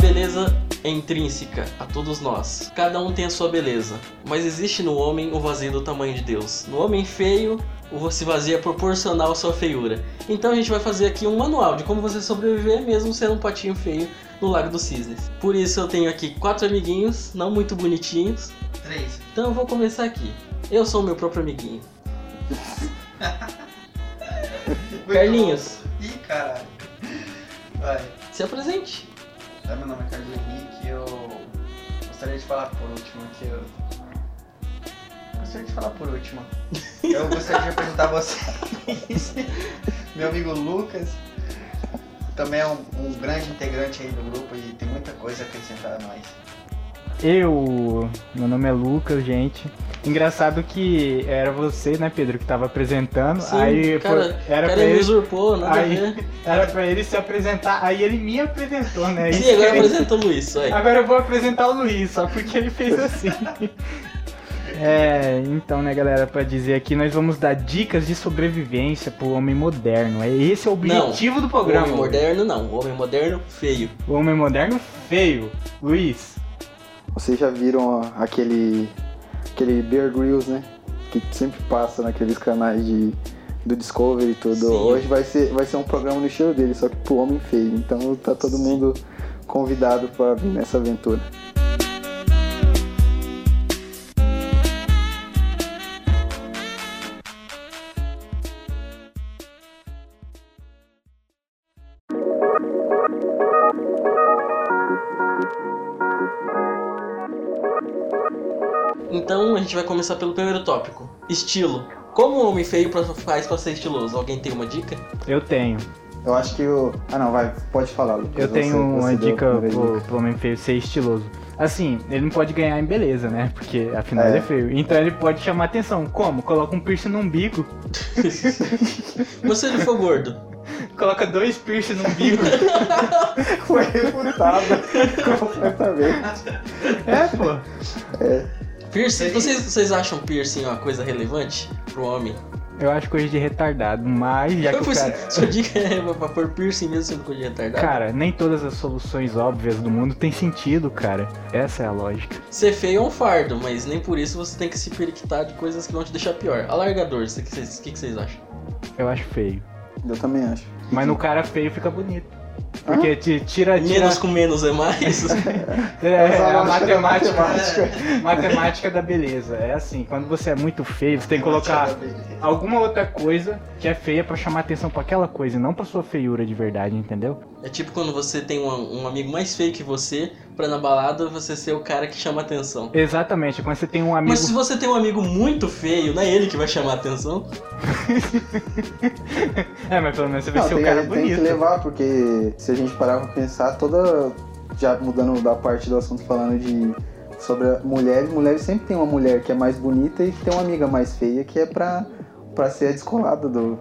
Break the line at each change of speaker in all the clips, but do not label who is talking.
beleza é intrínseca a todos nós. Cada um tem a sua beleza, mas existe no homem o vazio do tamanho de Deus. No homem feio, o você vazio é proporcional à sua feiura. Então a gente vai fazer aqui um manual de como você sobreviver mesmo sendo um patinho feio no Lago dos Cisnes. Por isso eu tenho aqui quatro amiguinhos, não muito bonitinhos.
Três.
Então eu vou começar aqui. Eu sou o meu próprio amiguinho.
Muito
Carlinhos,
bom. Ih, caralho. Vai.
se apresente.
Tá, meu nome é Carlos Henrique. Eu gostaria de falar por último que eu. Gostaria de falar por último. Eu gostaria de apresentar a vocês. Meu amigo Lucas. Também é um, um grande integrante aí do grupo e tem muita coisa a acrescentar a nós.
Eu, meu nome é Lucas, gente. Engraçado que era você, né, Pedro, que tava apresentando.
Sim,
aí
cara,
pô,
o
era pra
cara me
ele,
usurpou, nada
Aí-
a ver.
era pra ele se apresentar. Aí ele me apresentou, né? Isso
Sim, agora
que ele-
apresenta o Luiz, vai.
Agora eu vou apresentar o Luiz, só porque ele fez assim. É, então, né, galera, pra dizer aqui, nós vamos dar dicas de sobrevivência pro homem moderno. É Esse é o objetivo do
O
programa.
homem moderno não, o homem moderno feio.
O homem moderno feio. Luiz,
Vocês já viram ó, aquele aquele Bear Grylls, né? Que sempre passa naqueles canais de do Discovery e tudo.
Sim.
Hoje vai ser vai ser um programa no estilo dele, só que pro homem feio. Então tá todo mundo convidado pra vir nessa aventura.
Então a gente vai começar pelo primeiro tópico: estilo. Como o homem feio pra- faz pra ser estiloso? Alguém tem uma dica?
eu tenho.
Eu acho que o Ah, não, vai, pode falar, Lucas.
Eu tenho
assim, Você-
uma
você deu a
dica
primeira
pro, pro homem feio ser estiloso. Assim, ele não pode ganhar em beleza, né? Porque afinal
É.
ele é feio. Então ele pode chamar atenção. Como? Coloca um piercing no umbigo.
Mas se ele for é gordo?
Coloca dois piercing no umbigo.
Foi refutada completamente.
é, pô.
Piercing? Vocês, vocês acham piercing uma coisa relevante pro homem?
Eu acho coisa de retardado, mas já é que
Eu
o
pensei-
cara...
Sua dica é pra- pra pôr piercing mesmo sendo coisa de retardado?
Cara, nem todas as soluções óbvias do mundo tem sentido, cara. Essa é a lógica.
Ser feio é um fardo, mas nem por isso você tem que se periquitar de coisas que vão te deixar pior. Alargador, o que vocês que que vocês acham?
Eu acho feio.
Eu também acho.
Mas no cara feio fica bonito. Porque te tira, tira
Menos com menos é mais?
É, é
Essa
a
lógica da
matemática,
matemática.
matemática da beleza. É assim, quando você é muito feio, você tem que
Tchau,
colocar
beleza.
alguma outra coisa que é feia pra chamar atenção pra aquela coisa e não pra sua feiura de verdade, entendeu?
é tipo quando você tem um, um amigo mais feio que você, pra na balada você ser o cara que chama atenção.
Exatamente, quando você tem um amigo.
Mas se você tem um amigo muito feio, não é ele que vai chamar a atenção?
É, mas pelo menos você vai
Não,
ser
tem,
o cara
tem
bonito.
que levar, porque se a gente parar pra pensar, toda. Já mudando da parte do assunto, falando de. Sobre a- mulheres, mulheres sempre tem uma mulher que é mais bonita e tem uma amiga mais feia que é pra, pra ser a descolada do,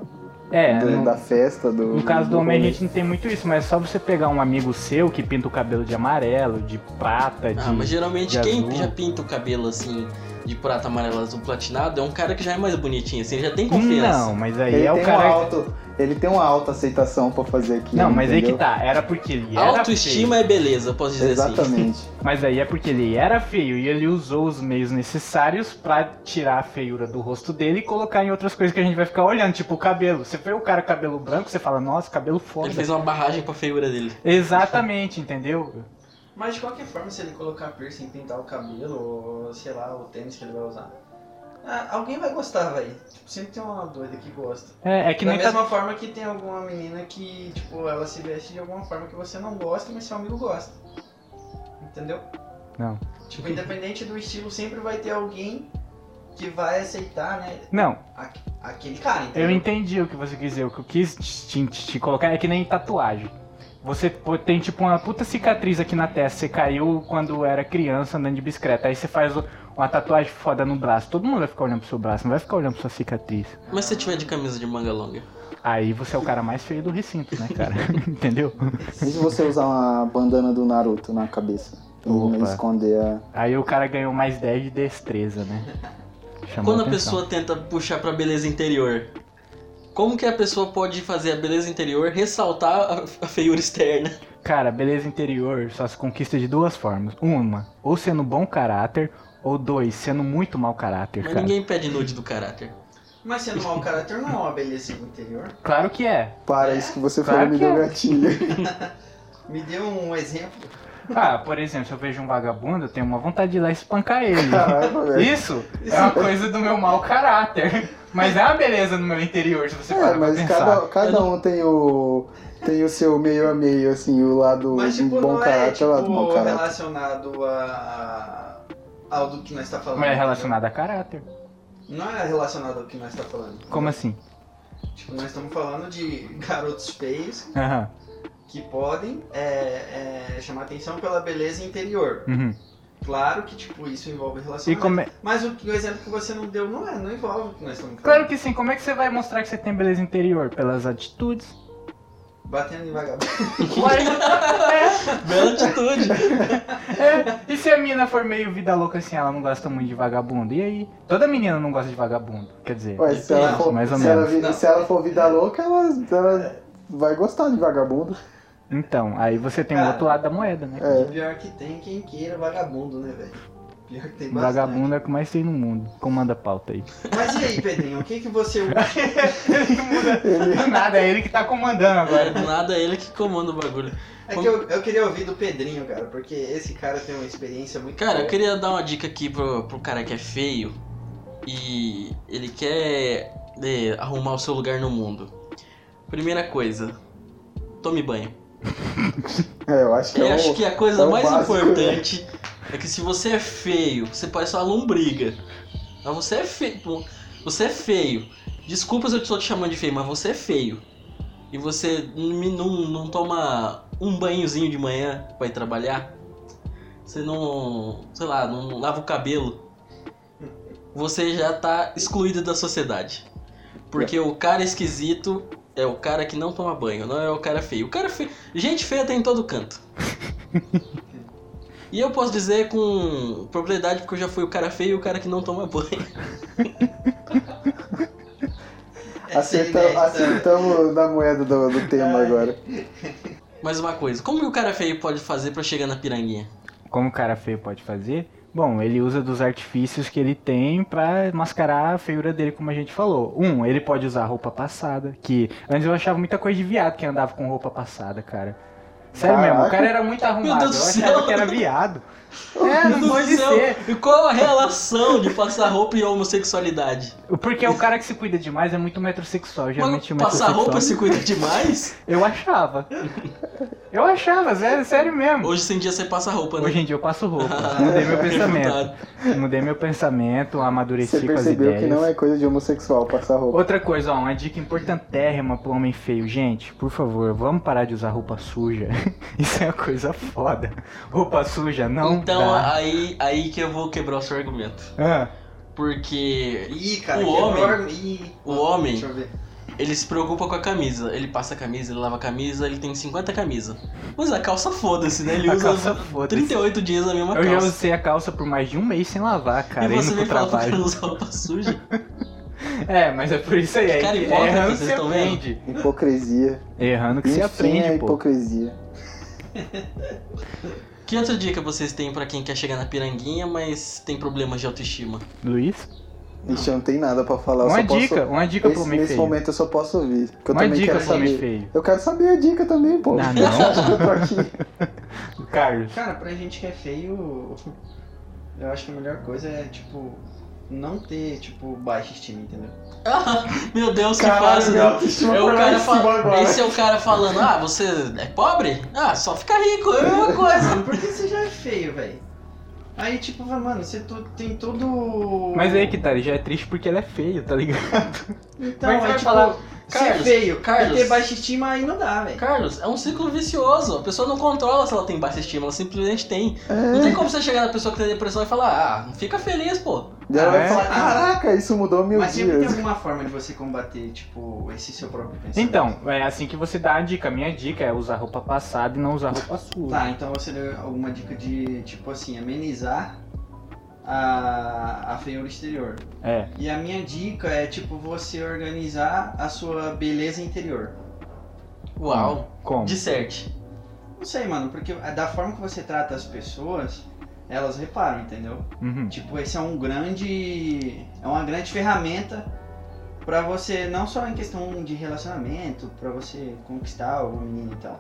É,
do-
no,
da festa. Do,
no caso do homem a
rolê.
gente não tem muito isso, mas é só você pegar um amigo seu que pinta o cabelo de amarelo, de prata, de.
Ah, mas geralmente
de
quem
azul.
já pinta o cabelo assim, de prata amarela azul platinado, é um cara que já é mais bonitinho, assim, já tem confiança.
Não, mas aí
Ele,
é
tem
o cara.
uma auto, ele tem uma alta aceitação pra fazer aqui.
Não, mas aí que tá. Era porque ele era. feio.
Autoestima é beleza, eu posso dizer assim.
Exatamente.
Mas aí é porque ele era feio e ele usou os meios necessários pra tirar a feiura do rosto dele e colocar em outras coisas que a gente vai ficar olhando, tipo o cabelo. Você vê o cara com cabelo branco, você fala, nossa, cabelo foda.
Ele fez uma barragem pra feiura dele.
Exatamente, entendeu?
Mas de qualquer forma, se ele colocar piercing, pintar o cabelo, ou sei lá, o tênis que ele vai usar, ah, alguém vai gostar, velho. Tipo, sempre tem uma doida que gosta.
É, é que
da
nem tá-
mesma forma que tem alguma menina que, tipo, ela se veste de alguma forma que você não gosta, mas seu amigo gosta. Entendeu?
Não.
Tipo, independente do estilo, sempre vai ter alguém que vai aceitar, né,
Não,
aquele cara, entendeu?
eu entendi o que você quis dizer. O que eu quis te, te- te colocar é que nem tatuagem. Você pô- tem tipo uma puta cicatriz aqui na testa. Você caiu quando era criança andando de bicicleta. Aí você faz o- uma tatuagem foda no braço. Todo mundo vai ficar olhando pro seu braço, não vai ficar olhando pra sua cicatriz.
Mas se você tiver de camisa de manga longa?
Aí você é o cara mais feio do recinto, né, cara? Entendeu?
E se você usar uma bandana do Naruto na cabeça? E
Opa.
esconder a.
Aí o cara ganhou mais 10 de destreza, né? Chamou
Quando a
atenção.
pessoa tenta puxar pra beleza interior, como que a pessoa pode fazer a beleza interior ressaltar a, a feiura externa?
Cara, beleza interior só se conquista de duas formas. Uma, ou sendo bom caráter, ou dois, sendo muito mau caráter,
Mas
cara.
ninguém pede nude do caráter.
Mas sendo mau caráter não é uma beleza no interior.
Claro que é.
Para, isso que você
Claro
falou me
que
deu
é.
gatilho.
Me dê um exemplo.
Ah, por exemplo, se eu vejo um vagabundo, eu tenho uma vontade de ir lá e espancar ele.
Caraca, Ah, velho.
Isso é uma coisa do meu mau caráter. Mas é uma beleza no meu interior, se você
É,
parar pra
mas
pensar.
cada, cada um tem o. Tem o seu meio a meio, assim, o lado
Mas
de
tipo,
bom
não é
caráter,
tipo,
o lado do bom caráter.
relacionado a. ao do que nós tá falando.
Mas é relacionado a caráter.
Não é relacionado ao que nós tá falando.
Como assim?
Tipo, nós estamos falando de garotos feios
Aham.
que podem é, é, chamar atenção pela beleza interior.
uhum.
Claro que, tipo, isso envolve
E
relacionamento.
como é-
Mas o, o exemplo que você não deu não é, não envolve o que nós estamos falando.
Claro que sim, como é que você vai mostrar que você tem beleza interior? Pelas atitudes.
Batendo em vagabundo.
Bela atitude.
É, e se a mina for meio vida louca assim, ela não gosta muito de vagabundo? E aí? Toda menina não gosta de vagabundo, quer dizer.
Ué, se ela
Não,
for,
mais ou
se, ela,
menos.
vi-
Não.
se ela for vida louca, ela, ela vai gostar de vagabundo.
Então, aí você tem o
Cara.
outro lado da moeda, né?
É.
Pior que tem quem queira vagabundo, né, velho? Pior que tem bastante.
Vagabundo é o que mais tem no mundo. Comanda a pauta aí.
Mas e aí, Pedrinho, o que que você
Do nada, é ele que tá comandando agora.
Do nada é ele que comanda o bagulho.
É que eu, eu queria ouvir do Pedrinho, cara, porque esse cara tem uma experiência muito.
Cara, eu
boa.
queria dar uma dica aqui pro, pro cara que é feio e ele quer é, arrumar o seu lugar no mundo. Primeira coisa, tome banho.
É, eu acho que
Eu
é
acho
o.
que a coisa
é o
mais
básico,
importante é que se você é feio, você parece uma lombriga. Mas você é feio. Você é feio. Desculpa se eu estou te chamando de feio, mas você é feio. E você n- não, não toma um banhozinho de manhã pra ir trabalhar. Você não. sei lá, não lava o cabelo. Você já tá excluído da sociedade. Porque o cara esquisito é o cara que não toma banho, não é o cara feio. O cara feio. Gente feia tem em todo canto. E eu posso dizer com propriedade porque eu já fui o cara feio e o cara que não toma banho.
Essa
Acerta,
ideia da-
acertamos na moeda do, do tema
Ai.
agora.
Mais uma coisa, como que o cara feio pode fazer pra chegar na piranguinha?
Como o cara feio pode fazer? Bom, ele usa dos artifícios que ele tem pra mascarar a feiura dele, como a gente falou. Um, ele pode usar roupa passada, que antes eu achava muita coisa de viado que andava com roupa passada, cara. Sério mesmo, o
Caraca.
cara era muito arrumado, eu
Deus do
achava
céu.
que era viado. É,
Meu
não
Deus
pode
do céu,
ser.
E qual a relação de passar roupa e homossexualidade?
Porque o cara que se cuida demais é muito metrosexual, geralmente o
Mano, passar
metrosexual.
roupa se cuida demais?
Eu achava. Eu achava, sério, sério mesmo.
Hoje em dia você passa roupa, né?
Hoje em dia eu passo roupa. Mudei meu pensamento.
É Verdade.
Mudei meu pensamento, amadureci
Você
com as ideias.
percebeu que não é coisa de homossexual passar roupa.
Outra coisa, ó, uma dica importantérrima pro homem feio. Gente, por favor, vamos parar de usar roupa suja. Isso é uma coisa foda. Roupa suja não
Então
dá.
aí, aí que eu vou quebrar o seu argumento.
Ah,
Porque
Ih, cara,
O
que
homem-
enorme. Ih,
o homem-
Deixa eu ver.
Ele se preocupa com a camisa. Ele passa a camisa, ele lava a camisa, ele tem 50 camisas. Mas a calça foda-se, né? Ele
a
usa
calça foda-se.
38 dias a mesma
Eu já
calça.
usei a calça por mais de um mês sem lavar, cara,
e você vem
indo pro
falar pra
trabalho.
não usar roupa suja?
É, mas é por isso aí. É,
Cara
é
hipócrita,
errando que
vocês
você
tão vendo?
aprende.
Hipocrisia.
Errando que
Enfim,
você aprende,
é
pô.
hipocrisia.
Que outra dica vocês têm pra quem quer chegar na piranguinha, mas tem problemas de autoestima?
Luiz?
Ixi, eu não tenho nada pra falar. eu
Uma
só posso-
dica, uma dica pro
Esse-
homem
nesse
feio.
momento eu só posso ouvir. Porque eu
Uma
também
dica
quero
pro homem
saber.
feio.
Eu quero saber a dica também, pô.
Ah, não.
Eu tô aqui.
Carlos.
Cara, pra gente que é feio, eu acho que a melhor coisa é, tipo, não ter, tipo, baixa estima, entendeu?
Meu Deus, que
Caralho,
fácil,
minha
né?
autoestima
É o
foi lá
cara
em
fala-
cima agora.
Esse é o cara falando, ah, você é pobre? Ah, só fica rico, é a mesma coisa.
Porque você já é feio, velho. Aí, tipo, vai, mano, você tu- tem todo.
Mas aí que tá, ele já é triste porque ele é feio, tá ligado?
Então, aí,
Mas vai
tipo,
falar,
ser
Carlos,
feio
Carlos.
e ter baixa estima aí não dá, velho.
Carlos, é um ciclo vicioso. A pessoa não controla se ela tem baixa estima, ela simplesmente tem. Não tem
É.
como você chegar na pessoa que tem depressão e falar, ah, fica feliz, pô.
E ela
Ah, é?
vai falar, caraca, isso mudou mil
Mas sempre tem
dias.
alguma forma de você combater, tipo, esse seu próprio pensamento.
Então, é assim que você dá a dica. Minha dica é usar roupa passada e não usar roupa suja.
Tá, então você deu alguma dica de, tipo assim, amenizar a, a feiura exterior.
É.
E a minha dica é, tipo, você organizar a sua beleza interior.
Uau,
Como?
disserte.
Não sei, mano, porque da forma que você trata as pessoas, elas reparam, entendeu?
Uhum.
Tipo, esse é um grande. É uma grande ferramenta pra você, não só em questão de relacionamento, pra você conquistar o menino e tal.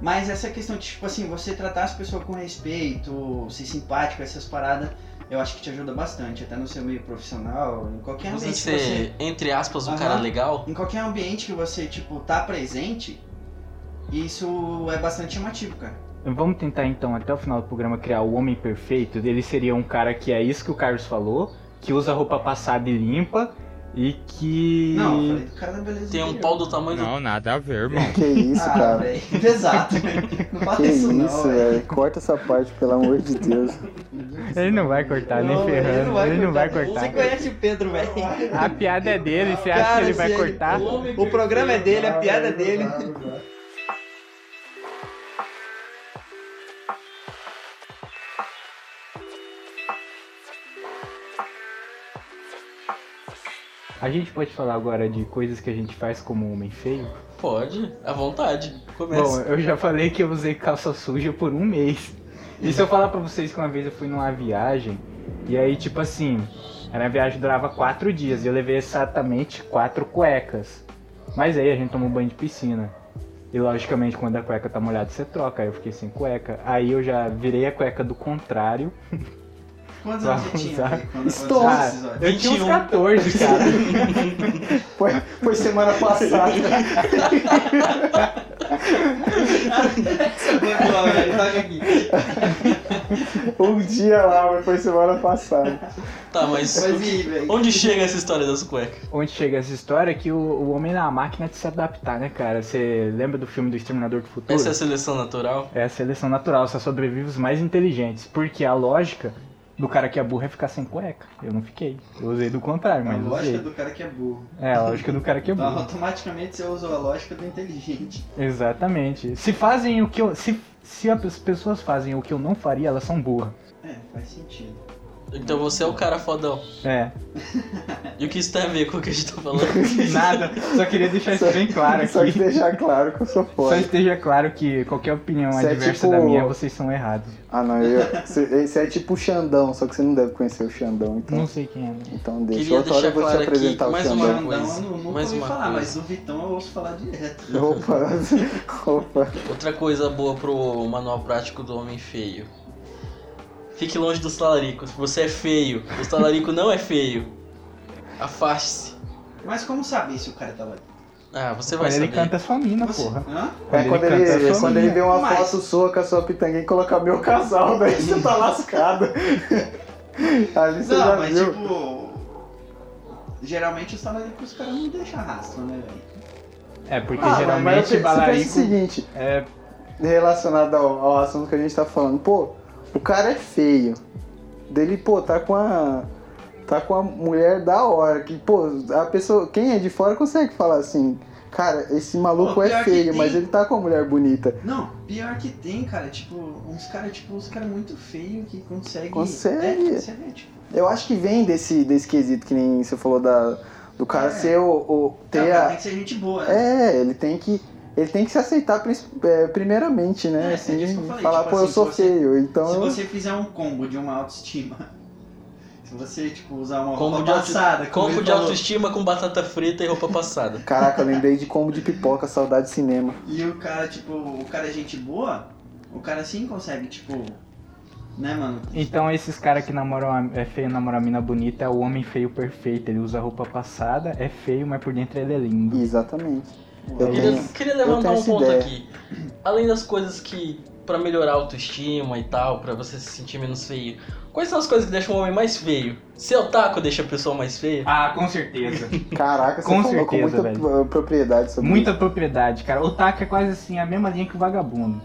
Mas essa questão de, tipo assim, você tratar as pessoas com respeito, ser simpático, essas paradas, eu acho que te ajuda bastante, até no seu meio profissional, em qualquer
Você
ambiente que
ser,
você
entre aspas, um
Aham.
cara legal,
em qualquer ambiente que você, tipo, tá presente, isso é bastante chamativo, cara.
Vamos tentar então, até o final do programa, criar o homem perfeito. Ele seria um cara que é isso que o Carlos falou, que usa roupa passada e limpa e que.
Não, eu falei do cara da beleza
Hum, tem um
interior.
pau do tamanho do.
Não, nada a ver, irmão.
Que
um
isso,
Ah,
cara.
velho, pesado.
Ah,
Não
Que
fala isso,
isso,
não, velho.
velho. Corta essa parte, pelo amor de Deus.
Ele não vai cortar, nem
Não,
ferrando. Ele não vai,
cortar.
cortar.
Você conhece o Pedro, velho.
A piada é dele, você acha
Cara,
que ele vai
se ele-
cortar?
O programa é dele, a piada é dele.
A gente pode falar agora de coisas que a gente faz como um homem feio?
Pode, à vontade.
Bom,
Começa.
eu já falei que eu usei calça suja por um mês. E se eu falar pra vocês que uma vez eu fui numa viagem, e aí, tipo assim, era a viagem durava quatro dias, e eu levei exatamente quatro cuecas. Mas aí a gente tomou banho de piscina. E logicamente, quando a cueca tá molhada, você troca. Aí eu fiquei sem cueca. Aí eu já virei a cueca do contrário.
Quantos anos você tinha?
Usar.
velho, quando aconteceu
Estou.
esse
Ah,
episódio?
eu tinha uns
21.
14, cara.
Foi, foi semana passada.
Boa, velho, toca aqui.
Um dia lá, mas foi semana passada.
Tá, mas.
Mas e aí, velho?
Onde chega essa história das cuecas?
onde chega essa história é que o, o homem na máquina de se adaptar, né, cara? Você lembra do filme do Exterminador do Futuro?
Essa é a seleção natural?
É a seleção natural, só sobrevive os mais inteligentes. Porque a lógica do cara que é burro é ficar sem cueca. Eu não fiquei. Eu usei do contrário,
A
mas
lógica
usei.
do cara que é burro.
É, a lógica do cara que é
Então,
burro.
automaticamente você usou a lógica do inteligente.
Exatamente. Se fazem o que eu. Se, se as pessoas fazem o que eu não faria, elas são burras.
É, faz sentido.
Então você é o cara fodão.
É.
E o que isso tem a ver com o que a gente tá falando?
Nada. Só queria deixar isso é bem claro aqui. é
Só que é deixar claro que eu sou
Só
foda.
esteja claro que qualquer opinião
Isso é
adversa
tipo-
da minha, vocês são errados.
Ah, não, eu, esse é tipo o Xandão, só que você não deve conhecer o Xandão, então,
Não sei quem é. né?
então deixa.
Queria
Outra hora
deixar
eu vou te
claro aqui,
apresentar o
mais uma-
Xandão.
Xandão,
coisa,
eu nunca
mais
ouvi
uma
falar,
coisa.
mas do Vitão eu ouço falar direto.
Opa, opa.
Outra coisa boa pro manual prático do homem feio. Fique longe dos talaricos. Você é feio. O talarico não é feio. Afaste-se.
Mas como saber se o cara tá lá?
Ah, você vai
Quando ele
saber.
canta sua mina,
Você-
porra.
Hã?
É quando ele,
canta sua
quando
mina.
ele vê uma
Mas-
foto sua com a sua pitanguinha e colocar meu casal, daí você tá lascado. Ali você
Não,
já
mas
viu.
tipo. Geralmente os talaricos os caras não deixam rastro, né, velho?
É, porque
Ah, mas- mas
geralmente
eu penso- você pensa o
balarico
seguinte,
é
relacionado ao, ao assunto que a gente tá falando, pô, o cara é feio. Dele, pô, tá com a. tá com a mulher da hora. Que, pô, a pessoa. Quem é de fora consegue falar assim. Cara, esse maluco
Pô, pior
é
que
feio,
tem.
mas ele tá com a mulher bonita.
Não, pior que tem, cara. Tipo, uns caras, tipo, uns caras muito feios que conseguem.
Consegue.
É, consegue, tipo.
Eu acho que vem desse, desse quesito que nem você falou da, do cara
É.
ser o. o-
Não,
ter
cara,
a,
tá, Tem que ser gente boa, né?
É, ele tem que. Ele tem que se aceitar pris- é, primeiramente, né?
É, é
assim,
isso que eu falei,
falar,
tipo
pô,
assim,
eu sou
se você-
feio, então.
Se
eu-
você fizer um combo de uma autoestima. Se você, tipo, usar uma
Combo
roupa
de auto-
passada. como
Combo
ele
de
falou,
autoestima com batata frita e roupa passada.
Caraca, eu lembrei de combo de pipoca, saudade de cinema.
E o cara, tipo, o cara é gente boa, o cara sim consegue, tipo. Né, mano?
Então esses caras que namoram a- é feio, namoram a mina bonita, é o homem feio perfeito. Ele usa roupa passada, é feio, mas por dentro ele é lindo.
Exatamente.
Pô,
Eu
Queria,
tenho-
queria
eu
levantar
tenho
um
essa
ponto
ideia.
aqui. Além das coisas que. pra melhorar a autoestima e tal, pra você se sentir menos feio. Quais são as coisas que deixam o homem mais feio? Seu taco deixa a pessoa mais feia?
Ah, com certeza.
Caraca, você
Com
falou com
certeza,
muita
velho.
pro- propriedade sobre
muita propriedade, cara. O Taco é quase assim, a mesma linha que o vagabundo.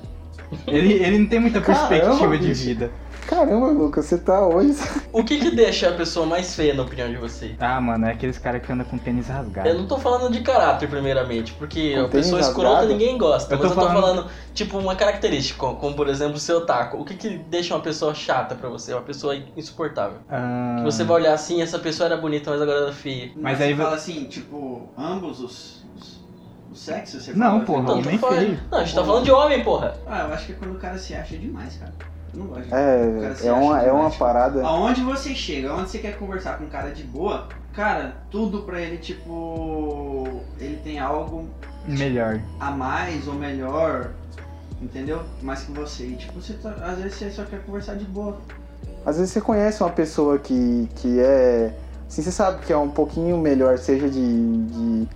Ele, ele não tem muita
Caramba,
perspectiva de
bicho.
vida.
isso. Caramba, Lucas, você tá hoje.
O que que deixa a pessoa mais feia, na opinião de vocês?
Ah, mano, é aqueles caras que andam com tênis rasgado.
Eu não tô falando de caráter, primeiramente, porque
Não
a
tem
pessoa
nada.
escrota ninguém gosta.
Eu tô
mas eu tô
falando-
falando, tipo, uma característica, como, como, por exemplo o seu taco. O que que deixa uma pessoa chata pra você? Uma pessoa insuportável.
Ah,
Que você vai olhar assim, essa pessoa era bonita, mas agora ela é feia.
Mas
você
aí vo-
fala assim, tipo, ambos os, os, os sexo? Você
Não,
falou, eu
porra. Não,
Não,
falei-
tô
nem
falando-
é feio.
Não, a gente tá falando de homem, porra.
Ah, eu acho que é quando o cara se acha demais, cara. Eu não gosto de O cara
É,
se
é
acha
uma, é uma
demais.
parada.
Aonde você chega, aonde você quer conversar com um cara de boa, cara, tudo pra ele, tipo. Ele tem algo
Melhor.
a mais ou melhor, entendeu? Mais que você. E, tipo, você tá- às vezes você só quer conversar de boa.
Às vezes você conhece uma pessoa que, que é. Assim, você sabe que é um pouquinho melhor, seja de. de,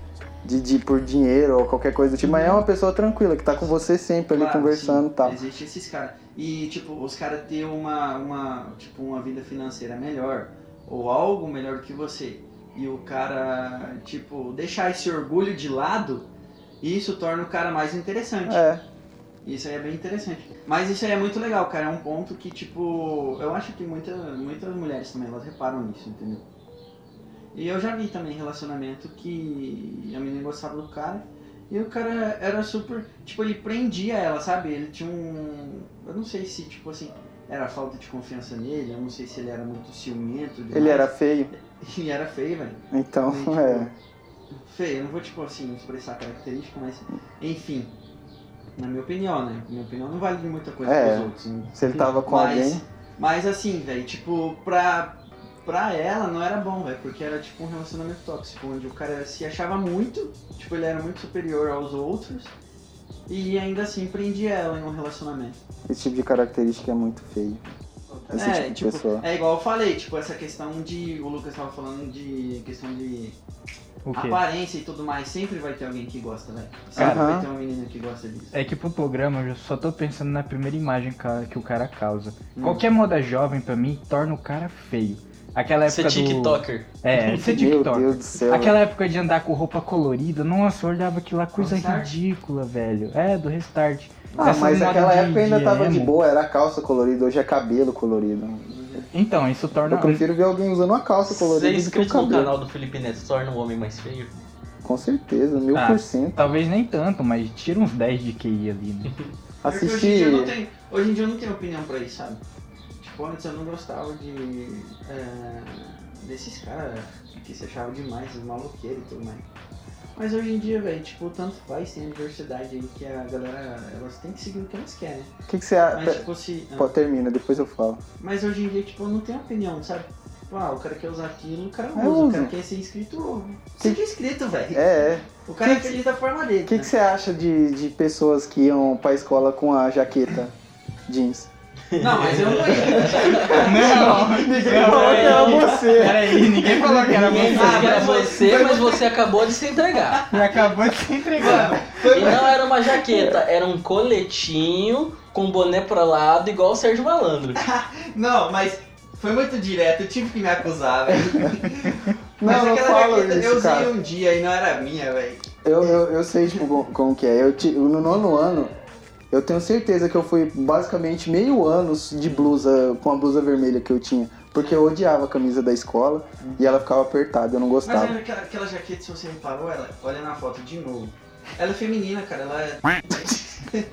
de- de- por dinheiro ou qualquer coisa do tipo, mas é uma pessoa tranquila, que tá com você sempre ali
Claro,
conversando
Ah,
tá.
sim,
e tal.
Existe esses caras. E, tipo, os caras ter uma, uma, tipo, uma vida financeira melhor ou algo melhor que você. E o cara, tipo, deixar esse orgulho de lado, isso torna o cara mais interessante.
É.
Isso aí é bem interessante. Mas isso aí é muito legal, cara. É um ponto que, tipo, eu acho que muita, muitas mulheres também elas reparam nisso, entendeu? E eu já vi também relacionamento que a menina gostava do cara e o cara era super. Tipo, ele prendia ela, sabe? Ele tinha um. Eu não sei se, tipo assim, era falta de confiança nele, eu não sei se ele era muito ciumento. demais.
Ele era feio,
Ele era feio, velho.
então
Tipo,
é.
Feio, eu não vou, tipo assim, expressar característica, mas. Enfim. Na minha opinião, né? Minha opinião não vale de muita coisa
É.
pros outros. né?
Se ele tava com
mas,
alguém.
Mas assim, velho, tipo, pra. Pra ela não era bom, velho, porque era tipo um relacionamento tóxico, onde o cara se achava muito, tipo, ele era muito superior aos outros, e ainda assim prendia ela em um relacionamento.
Esse tipo de característica é muito feio. Esse tipo de pessoa.
é igual eu falei, tipo, essa questão de. O Lucas tava falando de questão de
O quê?
aparência e tudo mais, sempre vai ter alguém que gosta, velho. Sempre
Aham.
vai ter uma menina que gosta disso.
É que pro programa eu só tô pensando na primeira imagem ca- que o cara causa.
Hum.
Qualquer moda jovem pra mim torna o cara feio. Aquela
Você
época
é
do...
TikToker.
É, ser
Meu
TikTok.
Deus do céu.
Aquela época de andar com roupa colorida, nossa, eu olhava aquilo lá, coisa
Restart?
ridícula, velho. É, do restart.
Ah,
Essa
mas
moda
aquela
de-
época ainda
de
tava de
emo.
boa, era calça colorida, hoje é cabelo colorido.
Então, isso torna.
Eu prefiro ver alguém usando uma calça
Você é
colorida do que um
inscrito no
cabelo.
canal do Felipe Neto torna o homem mais feio?
Com certeza, mil
Ah.
por cento.
Talvez nem tanto, mas tira uns 10 de QI ali, né?
Porque Hoje em, dia eu não
Assistir.
tenho, hoje em dia eu não tenho opinião pra isso, sabe? Tipo, antes eu não gostava de. é, desses caras que se achavam demais, os maloqueiros e tudo mais. Mas hoje em dia, velho, tipo, tanto faz, tem a diversidade aí que a galera, elas têm que seguir o que elas querem.
O que, que você acha?
Mas, tipo, se. ah,
Pô, termina, depois eu falo.
Mas hoje em dia, tipo, eu não tenho opinião, sabe? Tipo, ah, o cara quer usar aquilo, o cara
Eu
usa. O cara
uso.
quer ser inscrito, ouve. seja inscrito, velho.
É, é.
O cara é
Que que-
feliz da forma dele.
O que,
né?
que você acha de, de pessoas que iam pra escola com a jaqueta jeans?
Não, mas eu não ia.
Não, ninguém
falou que era você.
Peraí, ninguém falou que era
Ninguém
você.
sabe
é,
que era
mas você-
você, mas você acabou de se entregar.
E acabou de se entregar.
E não era uma jaqueta, era um coletinho com boné pra lado, igual o Sérgio Malandro.
Não, mas foi muito direto, eu tive que me acusar, velho. é
Não, não falo
eu
isso,
usei
cara.
um dia e não era minha, velho.
Eu, eu, eu sei, tipo, como, como que é. Eu, ti- no nono ano, eu tenho certeza que eu fui basicamente meio ano de blusa, com a blusa vermelha que eu tinha. Porque eu odiava a camisa da escola e ela ficava apertada, eu não
Uhum. Mas é
gostava.
olha aquela, aquela jaqueta, se você reparou, ela, olha na foto de novo. Ela é feminina, cara, ela é.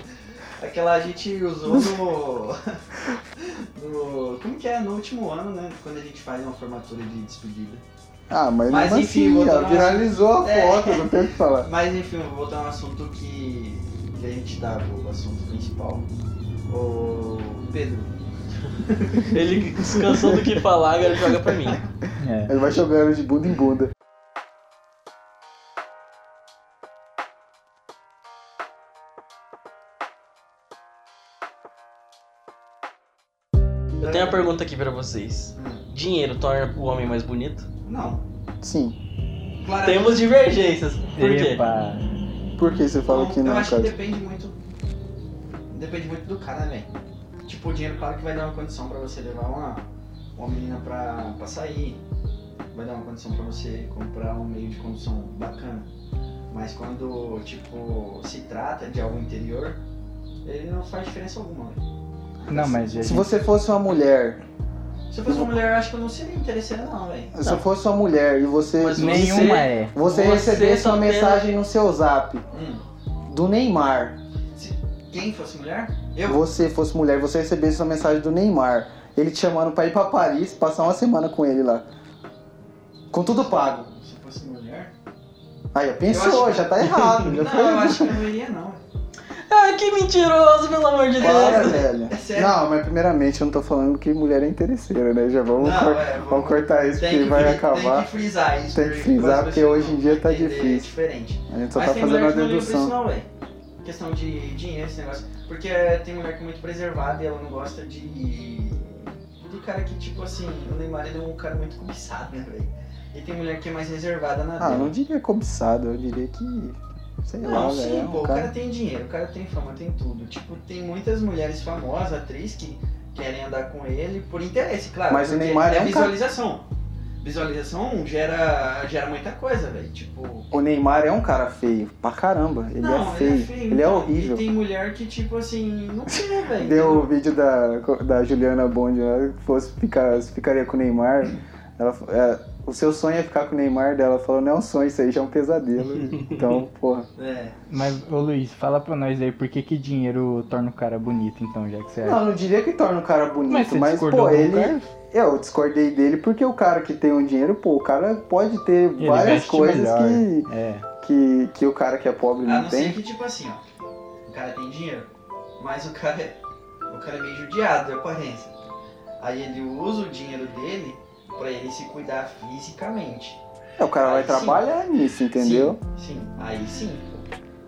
Aquela a gente usou no. no. Como que é? No último ano, né? Quando a gente faz uma formatura de despedida.
Ah, mas,
Mas,
não
enfim,
assim,
voltando
ela
ao
viralizou a
assunto.
foto, não tem o que falar.
Mas enfim, eu vou voltar a um assunto que, que a gente dá o assunto principal. O Pedro.
Ele descansando do que falar, agora joga pra mim.
É.
Ele vai jogando de bunda em bunda.
Eu tenho uma pergunta aqui pra vocês.
Hum.
Dinheiro torna o homem mais bonito?
Não.
Sim.
Claro,
Temos divergências. Por quê?
Epa.
Por que você fala
Não,
que
eu
não,
acho
cara?
que depende muito. Depende muito do cara, velho. Tipo, o dinheiro, claro que vai dar uma condição pra você levar uma, uma menina pra, pra sair. Vai dar uma condição pra você comprar um meio de condução bacana. Mas quando, tipo, se trata de algo interior, ele não faz diferença alguma, velho.
Não, mas a
Se
gente-
você fosse uma mulher,
Se eu fosse uma mulher, eu acho que eu não seria interesseira, não, velho.
se eu fosse uma mulher e você
Mas nem-
nenhuma
você-
é.
você,
você
recebesse
tá
uma
tendo-
mensagem no seu zap
Hum,
do Neymar,
quem fosse mulher? Eu?
você fosse mulher, você recebesse uma mensagem do Neymar, ele te chamando pra ir pra Paris, passar uma semana com ele lá. Com tudo pago.
Se eu fosse mulher,
Aí, pensou,
acho-
já tá errado. Já foi...
Não, eu acho que eu não iria, não.
Ah, que mentiroso, pelo amor de
Para,
Deus.
velho.
É sério.
Não, mas primeiramente eu não tô falando que mulher é interesseira, né? Já vamos,
Não,
cor-
é, vamos-
vamos cortar isso,
Tem
porque
que
vai
fri- Tem
acabar.
que frisar isso.
Tem que
porque
frisar,
as
porque
pessoas
hoje em dia tá
entender, é
difícil.
diferente.
A gente só
Mas
tá
tem
fazendo
mulher
uma
que não liga pra isso
dedução.
não, velho. Questão de dinheiro, esse negócio. Porque é, tem mulher que é muito preservada e ela não gosta de. De cara que, tipo assim, o Neymar ele é um cara muito cobiçado, né, velho? E tem mulher que é mais reservada na
Ah, eu
dela.
não diria cobiçado, eu diria que. Sei
Não,
lá, velho.
sim,
é um
pô, o
cara-
cara tem dinheiro, o cara tem fama, tem tudo. Tipo, tem muitas mulheres famosas, atriz, que querem andar com ele por interesse, claro.
Mas o
porque
Neymar
é,
é um cara-
visualização. Visualização gera, gera muita coisa, velho. Tipo.
O Neymar é um cara feio, pra caramba. Ele
não,
é feio, ele é,
então,
horrível.
E tem mulher que, tipo assim, não quer, velho.
Deu o
entendeu?
vídeo da, da Juliana Bond, ela fosse ficar, se ficaria com o Neymar. Ela, é, o seu sonho é ficar com o Neymar dela. Ela falou, não é um sonho, isso aí já é um pesadelo. Então, porra.
É.
Mas, ô Luiz, fala pra nós aí por que, que dinheiro torna o cara bonito, então, já que você
Não, eu não diria que torna o cara bonito,
Mas você
mas,
discordou
pô,
do
ele.
cara?
Eu discordei dele porque o cara que tem um dinheiro, pô, o cara pode ter
Ele
várias
veste
coisas
melhor.
que,
É.
que, que o cara que é pobre
A
não
não ser
tem.
que, tipo assim, ó. O cara tem dinheiro, mas o cara é, o cara é meio judiado, é aparência. Aí ele usa o dinheiro dele pra ele se cuidar fisicamente.
É, o cara vai
Sim.
trabalhar nisso, entendeu?
Sim, sim, aí sim.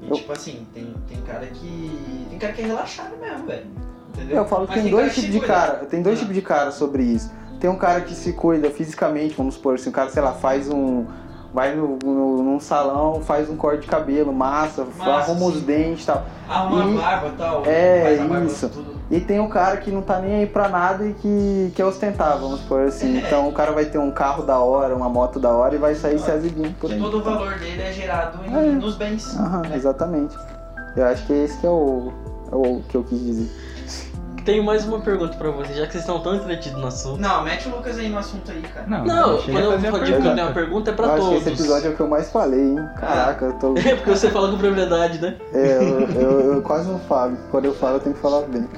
E
Eu-
tipo assim, tem, tem cara que. Tem cara que é relaxado mesmo, velho. Entendeu?
Eu falo que
Mas
tem
cara
dois
que se
tipos de
cuida.
cara, tem dois
Ah.
tipos de cara sobre isso. Tem um cara que se cuida fisicamente, vamos supor, se o cara, sei lá, faz um. Vai no, no- num salão, faz um corte de cabelo, massa,
Massa,
arruma os
sim.
dentes e tal.
Arruma
E-
a barba e tal.
É,
faz a barba,
isso.
Tudo.
E tem o cara que não tá nem aí pra nada e que, que é ostentável, vamos supor assim. Então o cara vai ter um carro da hora, uma moto da hora e vai sair se exibindo por
Que
aí.
todo o valor né? dele é gerado em-
É.
nos bens.
Aham, exatamente. Eu acho que é esse que é o, é o que eu quis dizer.
Tenho mais uma pergunta pra vocês, já que vocês estão tão entretidos no assunto.
Não, mete o Lucas aí no assunto aí, cara.
Não,
Não, deixa
quando
ele
eu
fazer
digo que
a
eu
pergunta.
tenho uma pergunta é
eu
pra
acho
todos.
que esse episódio é o que eu mais falei, hein? Caraca, eu tô.
É porque você fala com propriedade, né?
É, eu, eu- eu quase não falo. Quando eu falo, eu tenho que falar bem.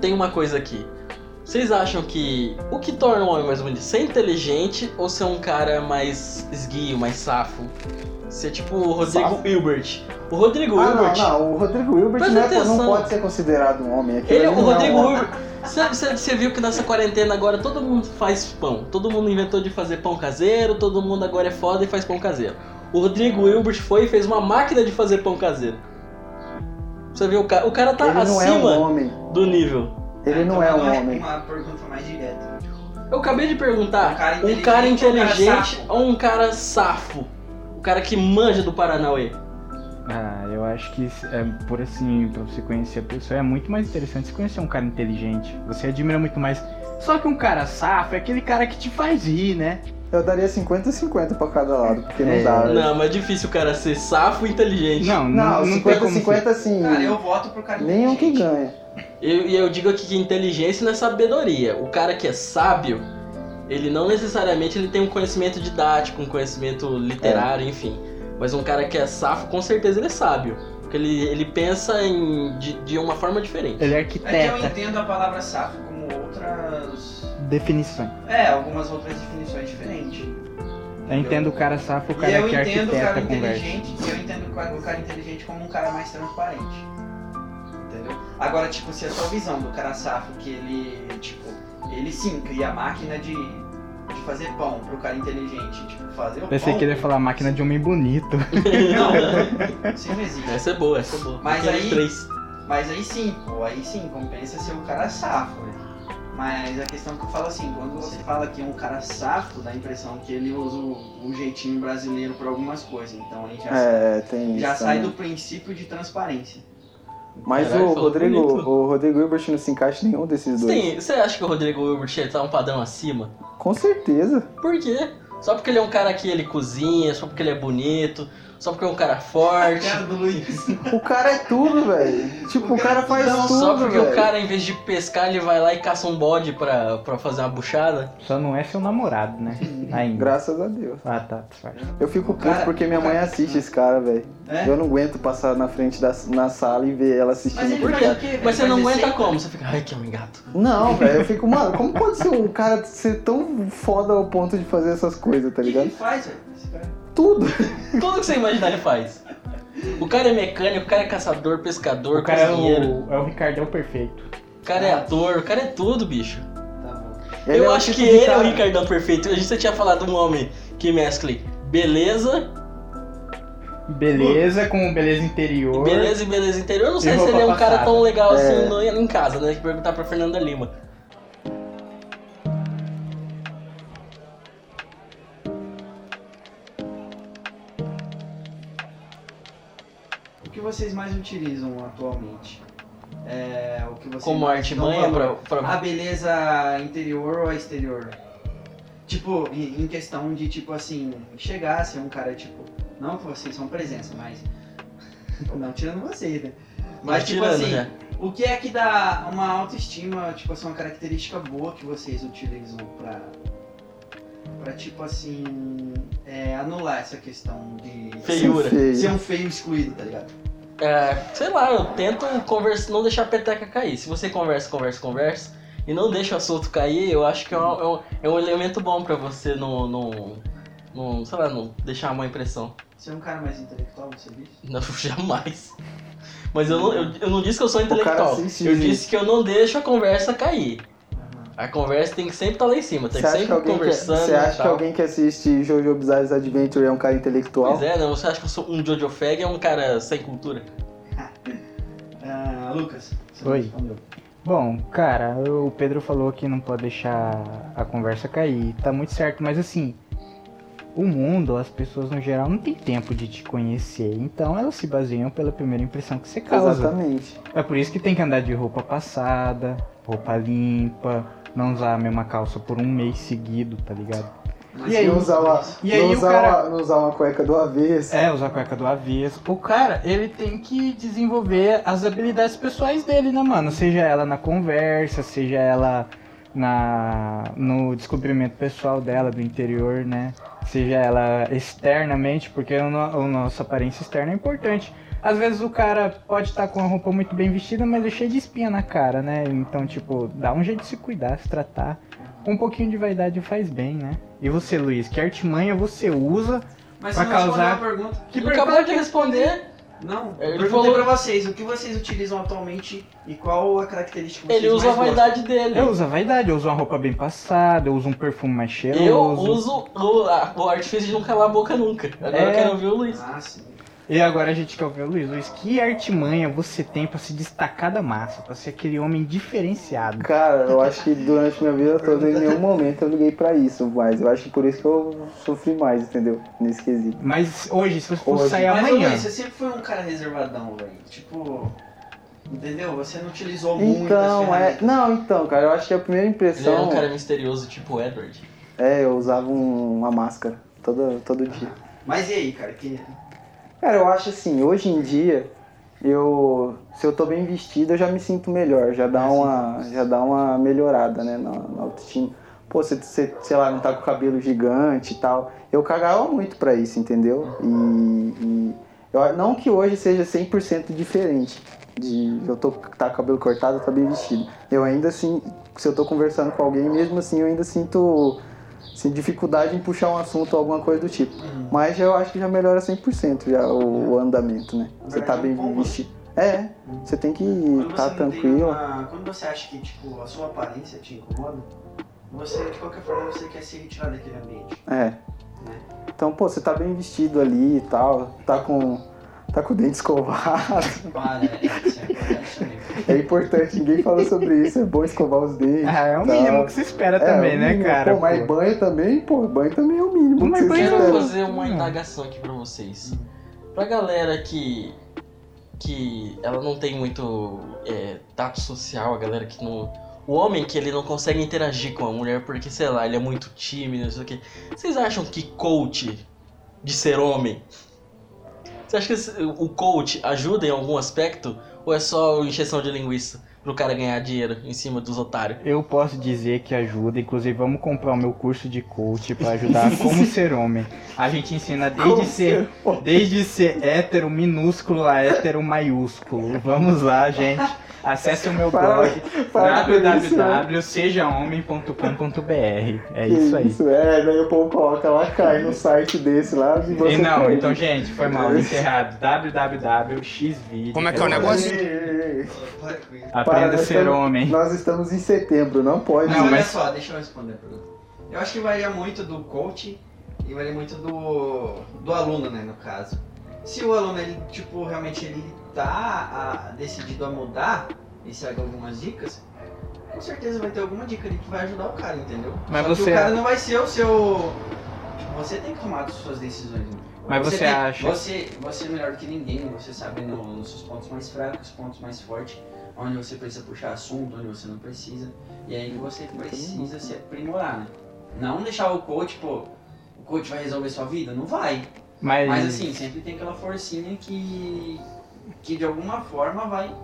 Tem uma coisa aqui. Vocês acham que o que torna um homem mais bonito? Ser inteligente ou ser um cara mais esguio, mais safo? Ser tipo o Rodrigo
Safo?
Hilbert. O Rodrigo
Ah,
Hilbert.
não, não. O Rodrigo Hilbert
Presta
não, é- não
atenção.
pode ser considerado um homem. Aquilo
Ele é o
ali não
Rodrigo
um homem.
Hilbert. Sabe, sabe, você viu que nessa quarentena agora todo mundo faz pão. Todo mundo inventou de fazer pão caseiro, todo mundo agora é foda e faz pão caseiro. O Rodrigo Hilbert foi e fez uma máquina de fazer pão caseiro. Você viu, o cara, o cara tá
Ele não é um
acima
homem.
do nível.
Ele
Ah,
não
então
é um homem.
Uma pergunta mais direta.
Eu acabei de
Um
perguntar,
cara
um cara
inteligente,
inteligente
um cara
ou um cara safo? O cara que manja do Paranauê.
Ah, eu acho que é, por assim, pra você conhecer a pessoa, é muito mais interessante você conhecer um cara inteligente. Você admira muito mais. Só que um cara safo é aquele cara que te faz rir, né?
Eu daria 50-50 pra cada lado, porque não
É.
dá. velho.
Não, mas é difícil o cara ser safo e inteligente.
Não,
Não,
não, não tem como.
50-50 assim.
Cara, eu voto pro cara
Nenhum um que
inteligente.
ganha.
Eu- E eu, digo aqui que inteligência não é sabedoria. O cara que é sábio, ele não necessariamente ele tem um conhecimento didático, um conhecimento literário, enfim. Mas um cara que é safo, com certeza ele é sábio. Porque ele, ele pensa em, de, de uma forma diferente.
Ele é
É que eu
arquiteta.
entendo a palavra safo como outras.
Definições.
É, algumas outras definições diferentes.
Eu entendo o cara safo, o
e
cara
eu
que é
entendo o cara
arquiteta conversa.
inteligente, e eu entendo o cara, o cara inteligente como um cara mais transparente. Entendeu? Agora, tipo, se a sua visão do cara safo, que ele, tipo, ele sim cria a máquina de, de fazer pão pro cara inteligente, tipo, fazer o
Pensei
pão.
que ele ia falar máquina de homem bonito.
Não, isso não existe.
Essa é boa, essa é boa.
Mas
Aqueles
aí-
três.
Mas aí sim, pô, aí sim, compensa ser o cara safo, né? Mas a questão que eu falo assim, quando você fala que é um cara safo, dá a impressão que ele usa o, o jeitinho brasileiro pra algumas coisas. Então aí já,
É, tem isso.
já sai
também.
do princípio de transparência.
Mas
Caralho,
o
falou
Rodrigo,
bonito.
o Rodrigo Hilbert não se encaixa em nenhum desses
Você,
dois.
tem- você acha que o Rodrigo Hilbert ele tá um padrão acima?
Com certeza.
Por quê? Só porque ele é um cara que ele cozinha, só porque ele é bonito, só porque é um cara forte.
É
Cara do Luiz.
O cara é tudo, velho. Tipo, o cara faz
Não,
tudo,
Só porque
velho.
o cara, em vez de pescar, ele vai lá e caça um bode pra, pra fazer uma buchada.
Só não é seu namorado, né? Ainda.
Graças a Deus.
Ah, tá, disfarça.
Eu fico
O
puto
cara-
porque minha
o
mãe
cara-
assiste esse cara, velho.
É?
Eu não aguento passar na frente da na sala e ver ela
Mas é
assistindo.
ele
Por
faz
quê? Tá
o quê? Ele
Mas você
faz
não
receita?
aguenta como? Você fica, ai que homem gato.
Não, velho, eu fico, mano, como pode ser um cara ser tão foda ao ponto de fazer essas coisas, tá
O que que ele
ligado?
faz, velho? Esse cara?
O tudo.
Tudo que você imaginar ele faz. O cara é mecânico, o cara é caçador, pescador,
O cara é
cozinheiro.
o, é o Ricardão perfeito.
O cara é ator, o cara é tudo, bicho.
Tá bom.
Ele
eu
é o
acho
tipo
que
de
ele é o
cara-
Ricardão perfeito. A gente já tinha falado de um homem que mescle beleza,
Beleza, com beleza interior.
beleza e beleza interior. Eu não
E
sei se
roupa
ele é um cara
passada.
tão legal assim
É.
no- em casa, né? Tem que perguntar pra Fernanda Lima.
O que vocês mais utilizam atualmente? É, o que vocês
Como
mais
arte
dão
manha
valor?
pra, pra-
A beleza interior ou a exterior? Tipo, em em questão de, tipo assim, chegar a ser um cara, tipo, não que vocês são presença, mas. Não tirando vocês, né? Mas, tipo
tirando,
assim,
né?
o que é que dá uma autoestima, tipo assim, uma característica boa que vocês utilizam pra. pra, tipo assim. é, anular essa questão de.
Feiura.
assim, Feio.
Ser um feio excluído, tá ligado?
É, sei lá, eu tento conversa, não deixar a peteca cair. Se você conversa, conversa, conversa e não deixa o assunto cair, eu acho que é um, é um- é um elemento bom pra você não, não, não, sei lá, não deixar uma impressão.
Ser um cara mais intelectual, você disse?
Não, jamais. Mas eu não, eu, eu não disse que eu sou intelectual.
se- se-
eu disse que eu não deixo a conversa cair.
Aham.
A conversa tem que sempre estar lá em cima, tem
Você
que
acha, que
sempre
alguém que,
conversando.
você
e
acha
tal.
que alguém que assiste Jojo Bizarre's Adventure é um cara intelectual?
Pois é, não, você acha que eu sou um Jojo Fag é um cara sem cultura?
Ah, Lucas, você
Oi.
não respondeu.
Bom, cara, o Pedro falou que não pode deixar a conversa cair. Tá muito certo, mas assim, o mundo, as pessoas no geral, não tem tempo de te conhecer. Então elas se baseiam pela primeira impressão que você causa.
Exatamente.
É por isso que tem que andar de roupa passada, roupa limpa, não usar a mesma calça por um mês seguido, tá ligado?
Mas
E aí,
não
eu-
usar, uma,
E
não
aí o
usar
cara.
uma- não usar uma cueca do avesso.
É, usar a cueca do avesso. O cara, ele tem que desenvolver as habilidades pessoais dele, né, mano? Seja ela na conversa, seja ela na no descobrimento pessoal dela, do interior, né? Seja ela externamente, porque o no- a nossa aparência externa é importante. Às vezes o cara pode estar com a roupa muito bem vestida, mas é cheio de espinha na cara, né? Então, tipo, dá um jeito de se cuidar, se tratar. Um pouquinho de vaidade faz bem, né? E você, Luiz, que artimanha você usa
Mas
Pra
você não respondeu
causar-
a pergunta.
Que acabou de responder,
Não, eu
É, Ele
perguntei
falou-
pra vocês o que vocês utilizam atualmente e qual a característica que vocês
ele usa a
mais gostam.
vaidade dele.
Eu uso a vaidade, eu uso uma roupa bem passada, eu uso um perfume mais cheiroso.
Eu uso o, a- o artifício de não calar a boca nunca. Agora eu
É.
quero ouvir o Luiz.
Ah, sim.
E agora a gente quer ouvir o Luiz. Luiz, que artimanha você tem pra se destacar da massa, pra ser aquele homem diferenciado?
Cara, eu acho que durante minha vida toda, em nenhum momento eu liguei pra isso, mas eu acho que por isso que eu sofri mais, entendeu? Nesse quesito.
Mas hoje, se você for
Hoje.
sair
Mas
amanhã.
Luiz, você sempre foi um cara reservadão, velho. Tipo, entendeu? Você não utilizou muito as
Então, é.
ferramentas.
Não, então, cara, eu acho que a primeira
Ele é um
impressão.
cara misterioso, tipo o Edward.
É, eu usava um- uma máscara todo, todo dia.
Mas e aí, cara? Que...
Cara, eu acho assim, hoje em dia, eu. Se eu tô bem vestido, eu já me sinto melhor, já dá uma, já dá uma melhorada, né, na, na autoestima. Pô, você, você, sei lá, não tá com o cabelo gigante e tal. Eu cagava muito pra isso, entendeu? E. e eu- não que hoje seja 100% diferente. De eu tô tá com o cabelo cortado, tá bem vestido. Eu ainda assim, se eu tô conversando com alguém, mesmo assim, eu ainda sinto assim, dificuldade em puxar um assunto ou alguma coisa do tipo.
Uhum.
Mas eu acho que já melhora 100% já o, o andamento, né? Você tá bem vestido. É, você tem que
Quando você
estar
não tem
tá tranquilo.
uma- Quando você acha que, tipo, a sua aparência te incomoda, você, de qualquer forma, você quer se retirar daquele ambiente.
É. Então, pô, você tá bem vestido ali e tal, tá com tá com o dente escovado.
Para, é, isso é importante também.
É importante, ninguém falou sobre isso, é bom escovar os dentes.
Ah, é o
Tá.
mínimo que se espera
É,
também,
o
né,
mínimo.
cara?
Pô, mas
pô?
banho também, pô, banho também é o mínimo.
Mas
que vocês
banho
Eu
Pois
quero
é.
esperam.
fazer uma
Hum.
indagação aqui pra vocês. Pra galera que. que ela não tem muito é, tato social, a galera que não. O homem que ele não consegue interagir com a mulher porque, sei lá, ele é muito tímido, não sei o quê. Vocês acham que coach de ser homem? Você acha que esse- o coach ajuda em algum aspecto? Ou é só injeção de linguiça? pro cara ganhar dinheiro em cima dos otários.
Eu posso dizer que ajuda, inclusive vamos comprar o meu curso de coach pra ajudar a como ser homem. A gente ensina desde ser, desde ser hétero minúsculo a hétero maiúsculo. Vamos lá, gente. Acesse o meu
Fala-
blog
Para com isso, né?
www.sejahomem.com.br. É isso aí.
Isso, é, daí o povo coloca lá, cai no site desse lá e você
E não,
perde.
então gente, foi mal, encerrado. www.xvideo.
Como é que é o negócio?
Ei, ei, ei.
Para com isso.
Aprenda a
nós
ser
estamos-
homem.
Nós estamos em setembro, não pode.
Mas
né?
Não,
olha
mas-
só, deixa eu responder a pergunta. Eu acho que varia muito do coach e varia muito do, do aluno, né, no caso. Se o aluno, ele, tipo, realmente ele tá a- decidido a mudar e segue algumas dicas, com certeza vai ter alguma dica ali que vai ajudar o cara, entendeu? Só
Mas
que
você-
o cara não vai ser o seu... Você tem que tomar as suas decisões. né?
Mas você
tem-
acha-
Você, você é melhor do que ninguém, você sabe no- nos seus pontos mais fracos, pontos mais fortes, onde você precisa puxar assunto, onde você não precisa. E aí você precisa se aprimorar, né? Não deixar o coach, pô, o coach vai resolver sua vida? Não vai.
Mas,
Mas assim, sempre tem aquela forcinha que. que de alguma forma vai.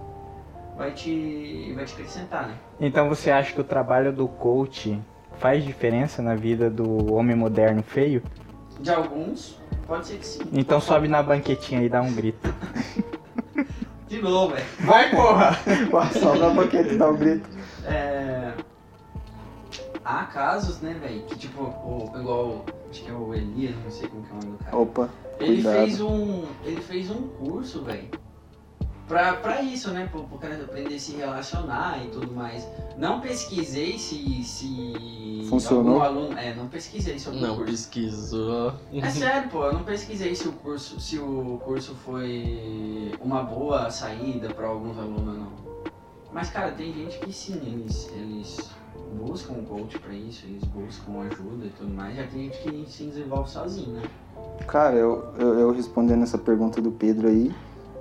vai te. vai te acrescentar, né?
então você acha que o trabalho do coach faz diferença na vida do homem moderno feio?
De alguns, pode ser que sim.
Então sobe na banquetinha e dá um grito.
De novo, velho.
Vai, porra!
Só na banquete dá um grito.
É. Há casos, né, velho, que tipo, o, igual. Acho que é o Elias, não sei como que é o nome do cara.
Opa,
Ele
Cuidado.
fez um. Ele fez um curso, velho. Pra, pra isso, né? Pro, pro cara aprender a se relacionar e tudo mais. Não pesquisei se. se
Funcionou?
algum aluno. É, não pesquisei sobre o
Não
curso.
pesquisou.
É sério, pô, eu não pesquisei se o curso. se o curso foi uma boa saída pra alguns alunos não. Mas cara, tem gente que sim, eles, eles buscam um coach pra isso, eles buscam ajuda e tudo mais, já tem gente que se desenvolve sozinho, né?
Cara, eu, eu, eu respondendo essa pergunta do Pedro aí,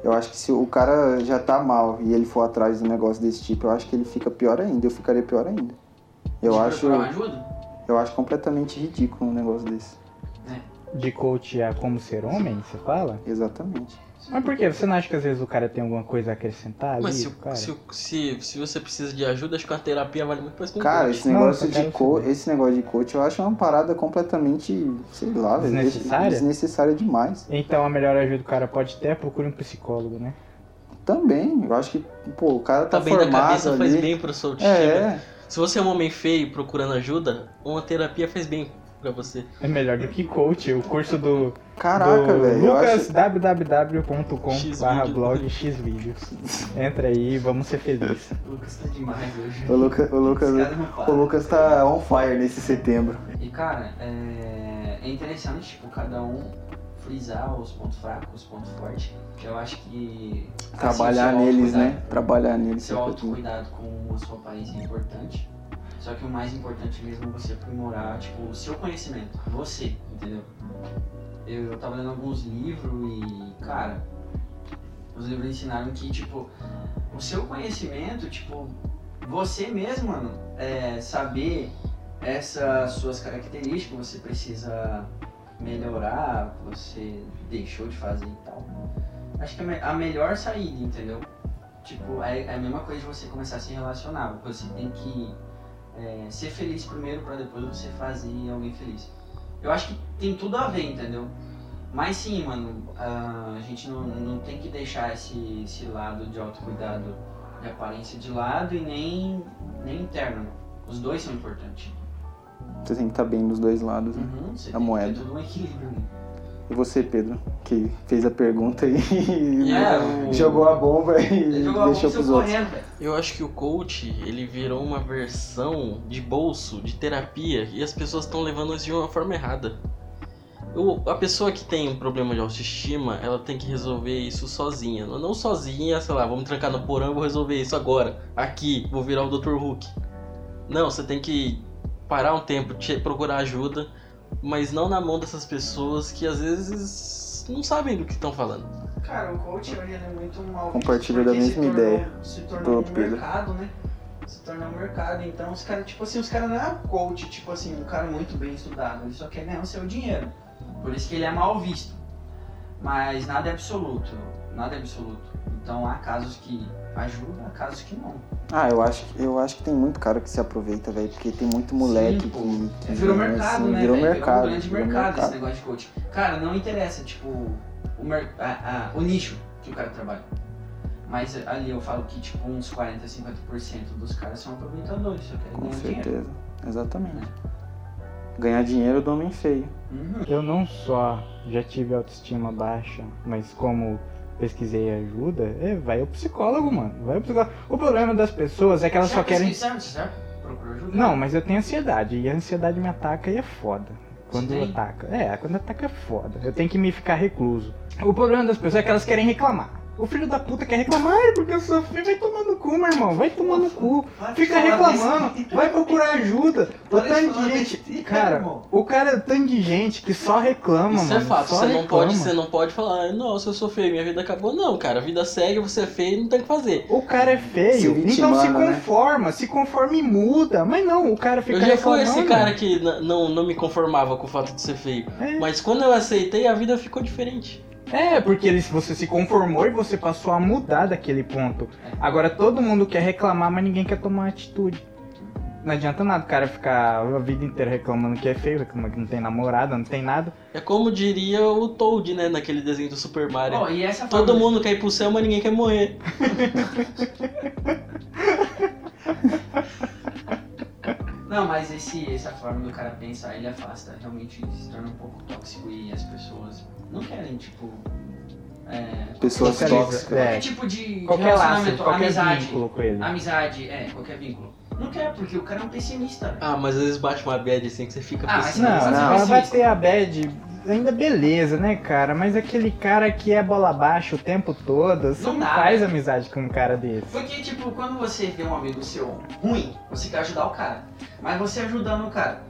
eu acho que se o cara já tá mal e ele for atrás de um negócio desse tipo, eu acho que ele fica pior ainda, eu ficaria pior ainda. Eu
De
acho,
Tipo, procurar uma ajuda?
eu acho completamente ridículo um negócio desse.
De coach a como ser homem, você fala?
Exatamente.
Mas por quê? Você não acha que às vezes o cara tem alguma coisa a acrescentar ali?
Mas se,
cara?
se, se, se você precisa de ajuda, acho que a terapia vale muito mais que um
Cara,
curso.
esse negócio,
Não, tá eu só
de
quero
co
saber.
esse negócio de coach eu acho uma parada completamente, sei lá, velho,
Desnecessária?
desnecessária demais.
Então a melhor ajuda que o cara pode ter é procure um psicólogo, né?
Também, eu acho que, pô, o cara
tá
tá,
bem da
formado
cabeça,
ali.
faz bem pro seu autoestima.
é,
Se você é um homem feio procurando ajuda, uma terapia faz bem pra você.
É melhor do que coach. O curso do,
caraca,
do
velho. eu acho-
Lucas www.com/blog xvideos. Entra aí, vamos ser felizes.
O Lucas tá demais hoje.
O Lucas, o Lucas,
Esse cara não para.
o Lucas tá on fire nesse setembro.
E cara, é... é interessante, tipo, cada um frisar os pontos fracos, os pontos fortes. Eu acho que. assim,
Trabalhar
seu
neles,
autocuidado-
né? Trabalhar neles.
Seu
é tudo.
autocuidado com a sua aparência é importante. Só que o mais importante mesmo é você aprimorar, tipo, o seu conhecimento. Você, entendeu? Eu, eu tava lendo alguns livros e, cara, os livros ensinaram que, tipo, o seu conhecimento, tipo, você mesmo, mano, é, saber essas suas características, você precisa melhorar, você deixou de fazer e tal. Acho que a me- a melhor saída, entendeu? Tipo, é, é a mesma coisa de você começar a se relacionar. Você tem que é, ser feliz primeiro pra depois você fazer alguém feliz. Eu acho que tem tudo a ver, entendeu? Mas sim, mano, a gente não, não tem que deixar esse, esse lado de autocuidado de aparência de lado e nem, nem interno. Os dois são importantes.
Você tem que estar bem dos dois lados, né?
Uhum, você
A
tem que
moeda.
ter tudo um equilíbrio. né?
E você, Pedro, que fez a pergunta e
É, o-
jogou a bomba
Você
e
jogou a
deixou
bolsa
pros outros.
correndo, velho.
Eu acho que o coach, ele virou uma versão de bolso, de terapia, e as pessoas estão levando isso de uma forma errada. O- a pessoa que tem um problema de autoestima, ela tem que resolver isso sozinha. Não não sozinha, sei lá, vou me trancar no porão e vou resolver isso agora. Aqui, vou virar o Dr. Hulk. Não, você tem que parar um tempo, te- procurar ajuda, mas não na mão dessas pessoas que às vezes não sabem do que estão falando.
Cara, o coach hoje ele é muito mal visto
Compartilho da
porque se
mesma
tornou-
ideia
Se
do
tornou um
Pedro.
mercado, né? Se tornou um mercado. Então os caras, tipo assim, os caras não é coach, tipo assim, um cara muito bem estudado. Ele só quer ganhar o seu dinheiro. Por isso que ele é mal visto. Mas nada é absoluto. Nada é absoluto. Então há casos que ajudam, há casos que não.
Ah, eu acho, que- eu acho que tem muito cara que se aproveita, velho, porque tem muito moleque
Sim, pô.
que, que
Virou
né,
mercado,
assim,
né?
Virou
velho?
mercado.
Virou um grande
virou
mercado, esse
mercado.
negócio de coach. Cara, não interessa, tipo, o, mer... a- a- o nicho que o cara trabalha. Mas ali eu falo que, tipo, uns 40, 50% dos caras são aproveitadores, só querem
Com
ganhar dinheiro.
certeza. Exatamente. Ganhar dinheiro do homem feio.
Uhum.
Eu não só já tive autoestima baixa, mas como pesquisei ajuda, é, vai ao psicólogo, mano. Vai ao psicólogo. O problema das pessoas é que elas
Você
só
já
querem.
pesquisou antes, certo? Procurou ajuda?
Não, mas eu tenho ansiedade. E a ansiedade me ataca e é foda. Quando
Você tem?
ataca. É, quando ataca é foda. Eu tenho que me ficar recluso. O problema das pessoas é que elas querem reclamar. O filho da puta quer reclamar, "Ai, porque eu sofri. Vai tomar no cu, meu irmão. Vai tomar no cu.
Tá
Para de
Fica
falar tipo
reclamando. Vai procurar ajuda. O
Para tipo de
tanto
falar
de gente.
besteira,
Cara,
irmão.
o cara é o tanto de gente que só reclama,
Isso
mano.
é fato,
só
você não, pode,
reclama.
você não pode falar, nossa, eu sou feio, minha vida acabou. Não, cara, a vida segue, você é feio, não tem o que fazer.
O cara é
Se
feio, então
vitimando,
se
né?
conforma, se conforma e muda. Mas não, o cara fica
eu já fui esse
reclamando.
cara que n- não, não me conformava com o fato de ser feio.
É.
Mas quando eu aceitei, a vida ficou diferente.
É, porque ele, você se conformou e você passou a mudar daquele ponto. Agora todo mundo quer reclamar, mas ninguém quer tomar atitude. Não adianta nada o cara ficar a vida inteira reclamando que é feio, reclamando que não tem namorada, não tem nada.
É como diria o Toad, né, naquele desenho do Super Mario.
Ó, e essa
Todo
forma-
mundo quer ir pro céu, mas ninguém quer morrer.
Não, mas esse, essa forma do cara pensar, ele afasta, realmente se torna um pouco tóxico e as pessoas não querem, tipo. É,
Pessoas
Qualquer-
tóxicas.
é,
qualquer tipo de
Qualquer laço,
relacionamento,
qualquer
amizade.
vínculo com ele.
Amizade, é, qualquer vínculo. Não quer, porque o cara é um pessimista. velho.
Ah, mas às vezes bate uma bad assim que você fica
Ah,
pensando.
Não,
Mas
não,
vai
ela
ser
vai
isso.
ter a bad. Ainda beleza, né, cara? Mas aquele cara que é bola baixa o tempo todo, você
Não
não,
dá,
faz
né?
amizade com um cara desse.
Porque, tipo, quando você vê um amigo seu ruim, você quer ajudar o cara. Mas você ajudando o cara,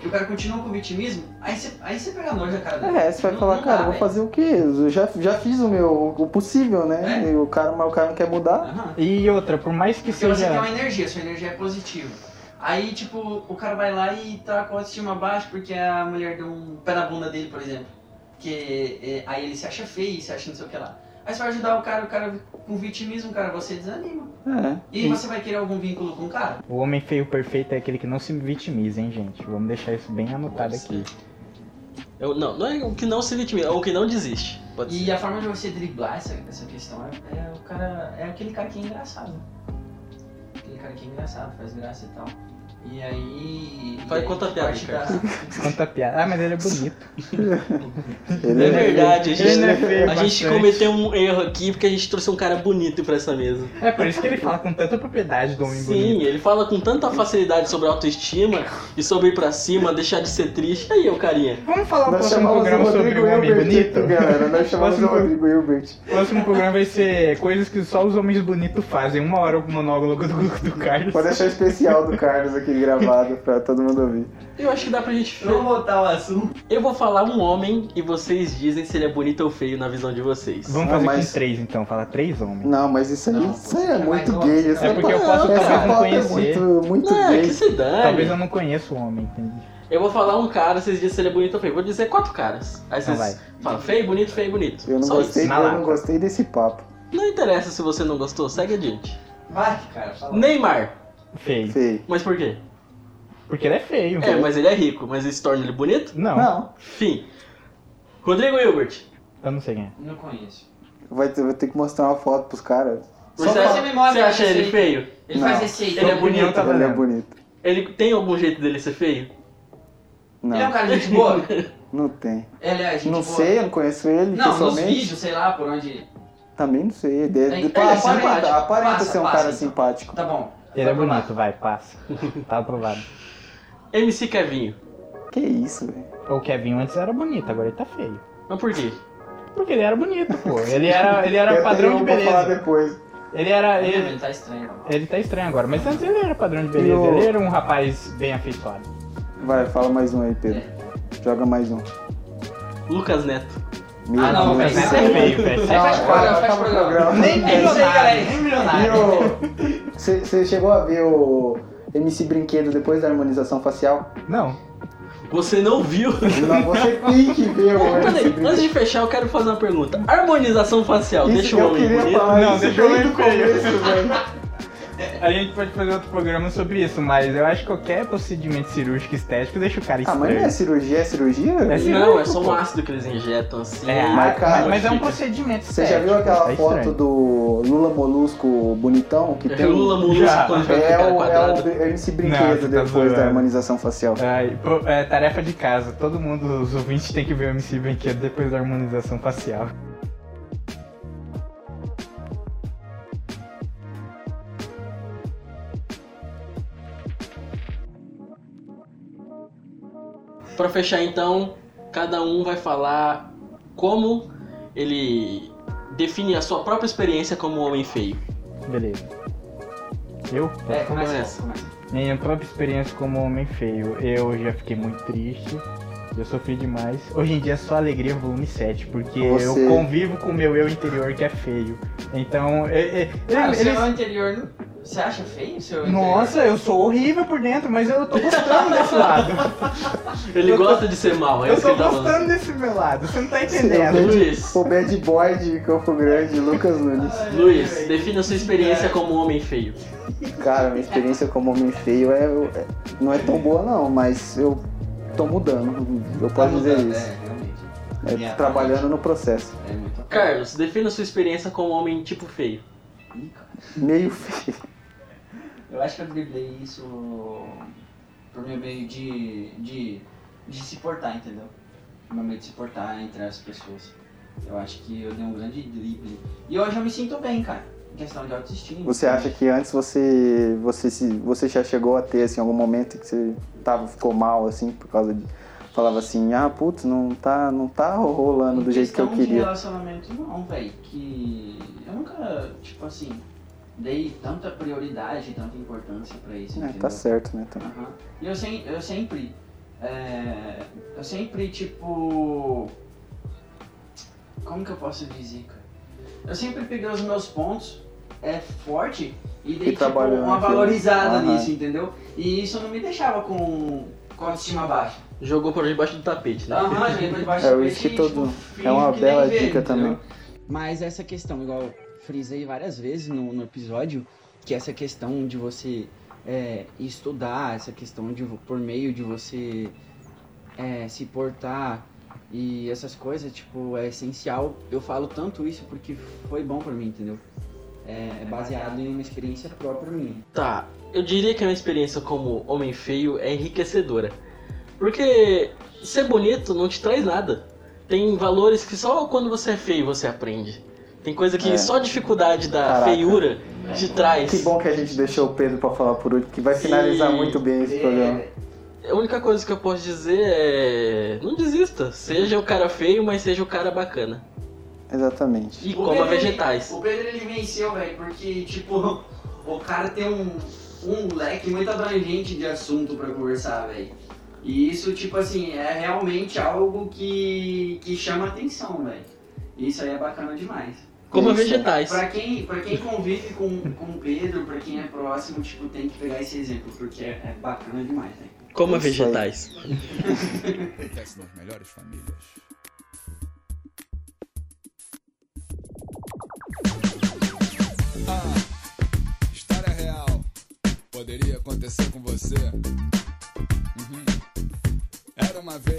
e o cara continua com o vitimismo, aí você, aí você pega nojo da cara dele.
É, você vai
Não-
falar,
não
cara,
dá,
eu vou
velho.
fazer o quê? Eu já, já fiz o meu o possível, né?
É.
E o cara, mas o cara não quer mudar.
Aham.
E outra, por mais que
Porque você tem
seja.
uma energia, sua energia é positiva. Aí, tipo, o cara vai lá e tá com a autoestima baixa porque a mulher deu um pé na bunda dele, por exemplo. Porque é, aí ele se acha feio, se acha não sei o que lá. Aí você vai ajudar o cara, o cara com vitimismo, cara, você desanima.
É.
E aí você vai querer algum vínculo com o cara?
O homem feio perfeito é aquele que não se vitimiza, hein, gente? Vamos deixar isso bem anotado
Pode
aqui.
Eu, não, não é o que não se vitimiza, é o que não desiste. Pode ser.
E a forma de você driblar essa, essa questão é, é o cara. É aquele cara que é engraçado. Aquele cara que é engraçado, faz graça e tal. E aí.
Faz
e aí
conta a piada,
parte
cara.
Conta a piada. Ah, mas ele é bonito.
Ele
É verdade, a
Ele não é
gente,
feio.
a gente
bastante.
cometeu um erro aqui porque a gente trouxe um cara bonito pra essa mesa.
É por isso que ele fala com tanta propriedade do Um homem
Sim,
bonito.
ele fala com tanta facilidade sobre autoestima e sobre ir pra cima, deixar de ser triste. Aí, o carinha.
Vamos falar o
Nós
próximo
chamamos o
programa sobre
Rodrigo
o homem
Hilbert,
bonito?
aqui, galera. Nós chamamos o
Próximo-
Rodrigo Hilbert.
O próximo programa vai ser coisas que só os homens bonitos fazem. Uma hora o monólogo do, do Carlos.
Pode deixar o especial do Carlos aqui gravado pra todo mundo ouvir.
Eu acho que dá pra gente.
Vamos voltar ao assunto.
Eu vou falar um homem e vocês dizem se ele é bonito ou feio na visão de vocês.
Vamos
Ah,
fazer
mas-
com três, então. Fala três homens.
Não, mas isso aí,
Não,
isso aí é
mas
muito
nossa,
gay. Essa
é
porque eu
pa-
posso
essa
talvez não
pauta é
conhecer.
muito, muito
Não,
gay.
que se dane.
Talvez eu não conheça o homem, entende?
Eu vou falar um cara, vocês dizem se ele é bonito ou feio. Vou dizer quatro caras. Aí
Então
vocês falam feio, bonito, feio, bonito.
Eu não,
Só
gostei,
isso.
Na
eu
lata.
não gostei desse papo.
Não interessa se você não gostou, segue adiante.
Vai, cara, fala.
Neymar.
Feio.
Feio.
Mas por quê?
Porque ele é feio.
É, mas ele é rico, mas isso torna ele bonito?
Não,
Não,
Fim. Rodrigo Hilbert.
eu não sei quem é.
Não conheço.
vai ter, vou ter que mostrar uma foto pros caras.
Só
Você
pra-
acha,
você me mostra
você acha
isso
ele
aí.
feio?
Ele
Não.
faz receita.
Ele é
Ele,
bonito.
tá
Ele é
valendo.
bonito.
Ele tem algum jeito dele ser feio?
Não,
é um cara de gente boa?
não tem.
Ele é gente boa?
Não sei, eu não conheço ele
Não, nos
pessoalmente.
vídeos, sei lá, por onde...
Também não sei. Ele,
Ele- ele é
aparenta,
simpático.
né? aparenta
Passa,
ser um
passa,
cara
então.
simpático.
Tá bom.
Ele é bonito, vai, passa. Tá aprovado.
MC Kevinho.
Que isso, velho.
O Kevin antes era bonito, agora ele tá feio.
Mas por quê?
Porque ele era bonito, pô. Ele era, ele era
Eu
padrão
tenho
de
uma pra falar
beleza.
depois.
Ele era.
Ele,
Ele,
ele tá estranho.
É.
mano.
ele tá estranho agora, mas antes ele era padrão de beleza.
E o-
Ele era um rapaz bem afeiçoado.
Vai, fala mais um aí, Pedro.
É.
Joga mais um.
Lucas Neto.
Meu
Ah, não,
Deus.
mas
Mas
isso
ele é feio, velho.
Aí
Não,
faz
é,
programa,
acaba
faz
o
programa.
programa.
Nem
É isso aí,
milionário,
galera,
nem
E
milionário.
o- Você você chegou a ver o MC Brinquedo depois da harmonização facial?
Não.
Você não viu?
Não, você tem que ver o
Peraí,
MC
antes
então
Brinquedo.
de fechar, eu quero fazer uma pergunta. Harmonização facial,
Isso
deixa
que
o
eu
homem
queria
bonito?
falar
Não,
isso
deixa eu
desde
ver
o
feio.
começo, velho.
A gente pode fazer outro programa sobre isso, mas eu acho que qualquer procedimento cirúrgico estético deixa o cara
Ah, mas não
estranho.
é cirurgia, é cirurgia?
É cirurgia.
Não, é só um ácido que eles injetam assim.
É,
Mas,
ah,
né, cara,
mas, mas é um
fica.
procedimento
Você
estético.
já viu aquela
tá
foto
estranho.
do Lula Molusco bonitão? Que
É
tem um-
Lula
Já.
Molusco quando fica com a
É
cara
o, é
quadrada.
o é esse
Não,
brinquedo
você tá
depois
zoando.
da harmonização facial.
Ai, pro- é, tarefa de casa, todo mundo, os ouvintes tem que ver o MC Brinquedo depois da harmonização facial.
Pra fechar então, cada um vai falar como ele define a sua própria experiência como um homem feio.
Beleza. Eu?
É, começa.
Começa.
começa.
Minha própria experiência como homem feio, eu já fiquei muito triste, eu sofri demais. Hoje em dia é só alegria volume 7, porque
Você-
eu convivo com o meu eu interior que é feio. Então, é- é-
Ah,
Cara, o
ele-
seu
ele-
anterior. não- Você acha feio o seu anterior?
Nossa, eu sou horrível por dentro, mas eu tô gostando desse lado.
Ele
Eu tô-
gosta de ser mal, é
Eu
isso que
tô
ele tá falando.
gostando desse meu lado, você não tá
Sim,
entendendo.
eu
Luiz,
O bad boy de Campo Grande, Lucas Nunes.
Luiz, defina a sua experiência como um homem feio.
Cara, minha experiência como homem feio é, é- não é tão boa não, mas eu tô mudando, eu
Tá
posso dizer
mudando,
isso.
É, realmente.
É,
minha-
trabalhando no processo.
É muito.
Carlos, defina a sua experiência como homem tipo feio.
Ih, cara.
Meio feio.
Eu acho que eu driblei isso por meu meio de, de, de se portar, entendeu? Meu meio de se portar entre as pessoas. Eu acho que eu dei um grande drible. E hoje eu me sinto bem, cara. Em questão de autoestima.
Você acha que antes você você se você já chegou a ter assim algum momento que você tava ficou mal assim por causa de falava assim: "Ah, putz, não tá não tá rolando do
Em
jeito que eu
questão de
queria".
relacionamento não, velho. Que eu nunca, tipo assim, dei tanta prioridade, tanta importância pra isso.
É,
entendeu?
tá certo, né? Tá-
Aham. E eu, sem, eu sempre. é, eu sempre, tipo. Como que eu posso dizer, cara? Eu sempre peguei os meus pontos é forte e dei tipo,
trabalhou
uma
naquilo.
valorizada
Aham.
nisso, entendeu? E isso não me deixava com, com a autoestima baixa.
Jogou por debaixo do tapete, né?
Aham, gente, mas baixo
É,
do
isso que
tapete,
todo-
finge
é uma
que nem
bela
vê,
dica
entendeu?
também.
Mas essa questão, igual eu frisei várias vezes no, no episódio, que essa questão de você é, estudar, essa questão de vo- por meio de você é, se portar e essas coisas, tipo, é essencial. Eu falo tanto isso porque foi bom pra mim, entendeu? É, é baseado em uma experiência própria minha.
Tá, eu diria que a minha experiência como homem feio é enriquecedora. Porque ser bonito não te traz nada. Tem valores que só quando você é feio você aprende. Tem coisa que
É.
só a dificuldade da
Caraca.
feiura te traz.
Que bom que a gente deixou o Pedro pra falar por último, que vai finalizar
E-
muito bem esse
É,
programa.
A única coisa que eu posso dizer é. Não desista. Seja o cara feio, mas seja o cara bacana.
Exatamente.
E
O
coma
Pedro, ele-
vegetais.
O Pedro ele venceu, velho, porque, tipo, o cara tem um, um leque muito abrangente de assunto pra conversar, velho. E isso, tipo assim, é realmente algo que, que chama atenção, velho. Isso aí é bacana demais.
Coma
Isso.
vegetais.
Pra quem, pra quem convive com, com o Pedro, pra quem é próximo, tipo, tem que pegar esse exemplo, porque é, é bacana demais, velho.
Coma
Isso aí.
vegetais.
acontece nas melhores famílias. Ah, história real. Poderia acontecer com você. Uhum. Era uma vez.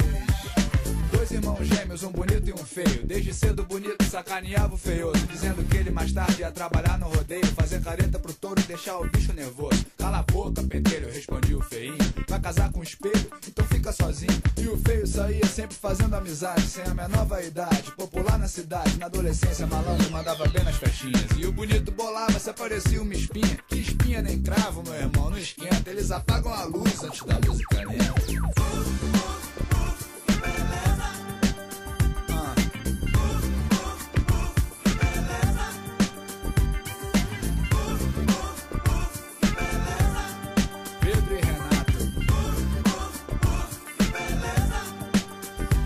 Dois irmãos gêmeos, um bonito e um feio. Desde cedo o bonito sacaneava o feioso, dizendo que ele mais tarde ia trabalhar no rodeio, fazer careta pro touro e deixar o bicho nervoso. Cala a boca, pentelho, respondia o feinho. Vai casar com o espelho, então fica sozinho. E o feio saía sempre fazendo amizade, sem a menor vaidade. Popular na cidade, na adolescência, malandro mandava bem nas festinhas. E o bonito bolava, se aparecia uma espinha. Que espinha nem cravo, meu irmão, não esquenta. Eles apagam a luz antes da música lenta. Ah. Pedro e Renato.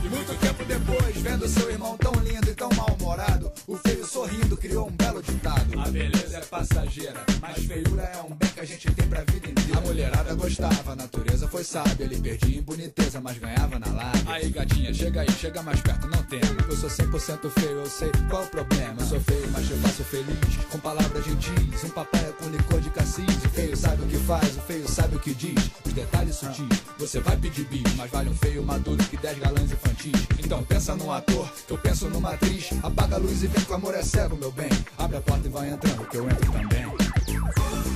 E muito tempo depois, vendo seu irmão tão lindo e tão mal-humorado, o feio sorrindo criou um belo ditado. A beleza é passageira, mas feiura é um bem que a gente tem pra vida inteira. A mulherada gostava, a natureza foi sábia. Ele perdia em boniteza, mas ganhava na lábia. Aí, gatinha, chega aí, chega mais perto, não tema. Eu sou 100% feio, eu sei qual é o problema. Sou feio, mas eu faço feliz. Com palavras gentis, um papaya com licor de cassis. O feio sabe o que faz, o feio sabe o que diz. Os detalhes sutis, você vai pedir bis. Mas vale um feio maduro que 10 galãs infantis. Então pensa num ator, eu penso numa atriz. Apaga a luz e vem com amor é cego, meu bem. Abre a porta e vai entrando, que eu entro também.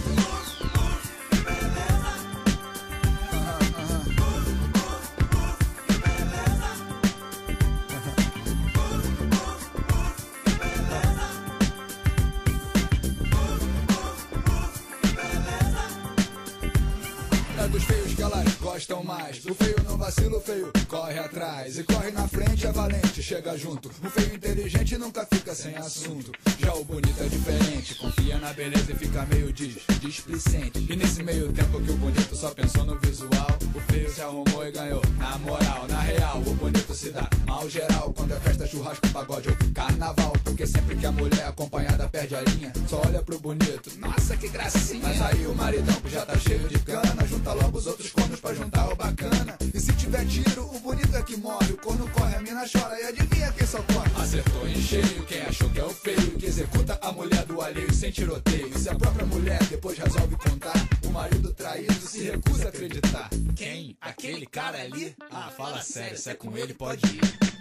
É dos feios que elas gostam mais. O feio não vacila, o feio corre atrás. E corre na frente, é valente, chega junto. O feio inteligente nunca fica sem assunto. Já o bonito é diferente, confia na beleza e fica meio dis, displicente. E nesse meio tempo que o bonito só pensou no visual, o feio se arrumou e ganhou. Na moral, na real, o bonito se dá mal geral. Quando é festa, churrasco, pagode ou carnaval. Porque sempre que a mulher acompanhada perde a linha, só olha pro bonito. Nossa, que gracinha! Mas aí o maridão que já tá cheio de cana, junta logo os outros cornos pra juntar o bacana. E se tiver tiro, o bonito é que morre. O corno corre, a mina chora e adivinha quem só corre. Acertou em cheio, quem achou que é o feio, que executa a mulher do alheio sem tiroteio. Se a própria mulher depois resolve contar, o marido traído se recusa a acreditar. Quem? Aquele cara ali? Ah, fala sério, se é com ele pode ir.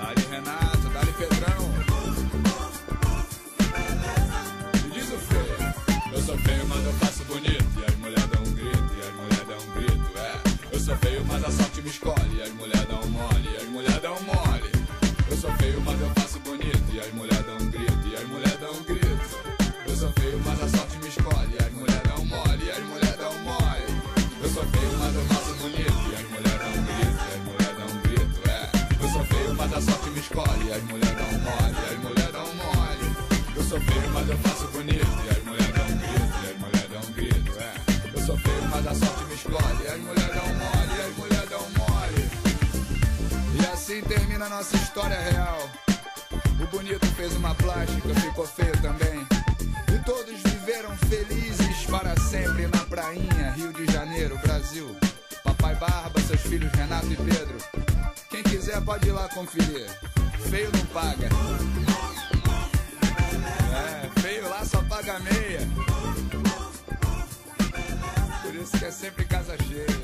Dali Renato, Dali Pedrão. Me diz o feio. Eu sou feio, mas eu faço bonito. E as mulheres dão um grito, e as mulheres dão um grito, é. Eu sou feio, mas a sorte me escolhe. E as mulheres dão um mole, e as mulheres dão um mole. Eu sou feio, mas eu faço bonito. E as mulheres dão um grito, e as mulheres dão um grito. Eu sou feio, mas a sorte me escolhe. E as mulheres dão um mole, e as mulheres dão um mole. Eu sou feio, mas eu faço bonito. E as mulheres dão um grito, e as mulheres dão um grito, é. Eu sou feio, mas a sorte me escolhe. As mulheres dão mole, as mulheres dão mole. Eu sou feio, mas eu faço bonito. E as mulheres dão grito, e as mulheres dão grito, é. Eu sou feio, mas a sorte me escolhe. As mulheres dão mole, as mulheres dão mole. E assim termina a nossa história real. O bonito fez uma plástica, ficou feio também. E todos viveram felizes para sempre na prainha, Rio de Janeiro, Brasil. Papai Barba, seus filhos Renato e Pedro. Quem quiser pode ir lá conferir. Feio não paga. É, feio lá só paga meia. Por isso que é sempre casa cheia.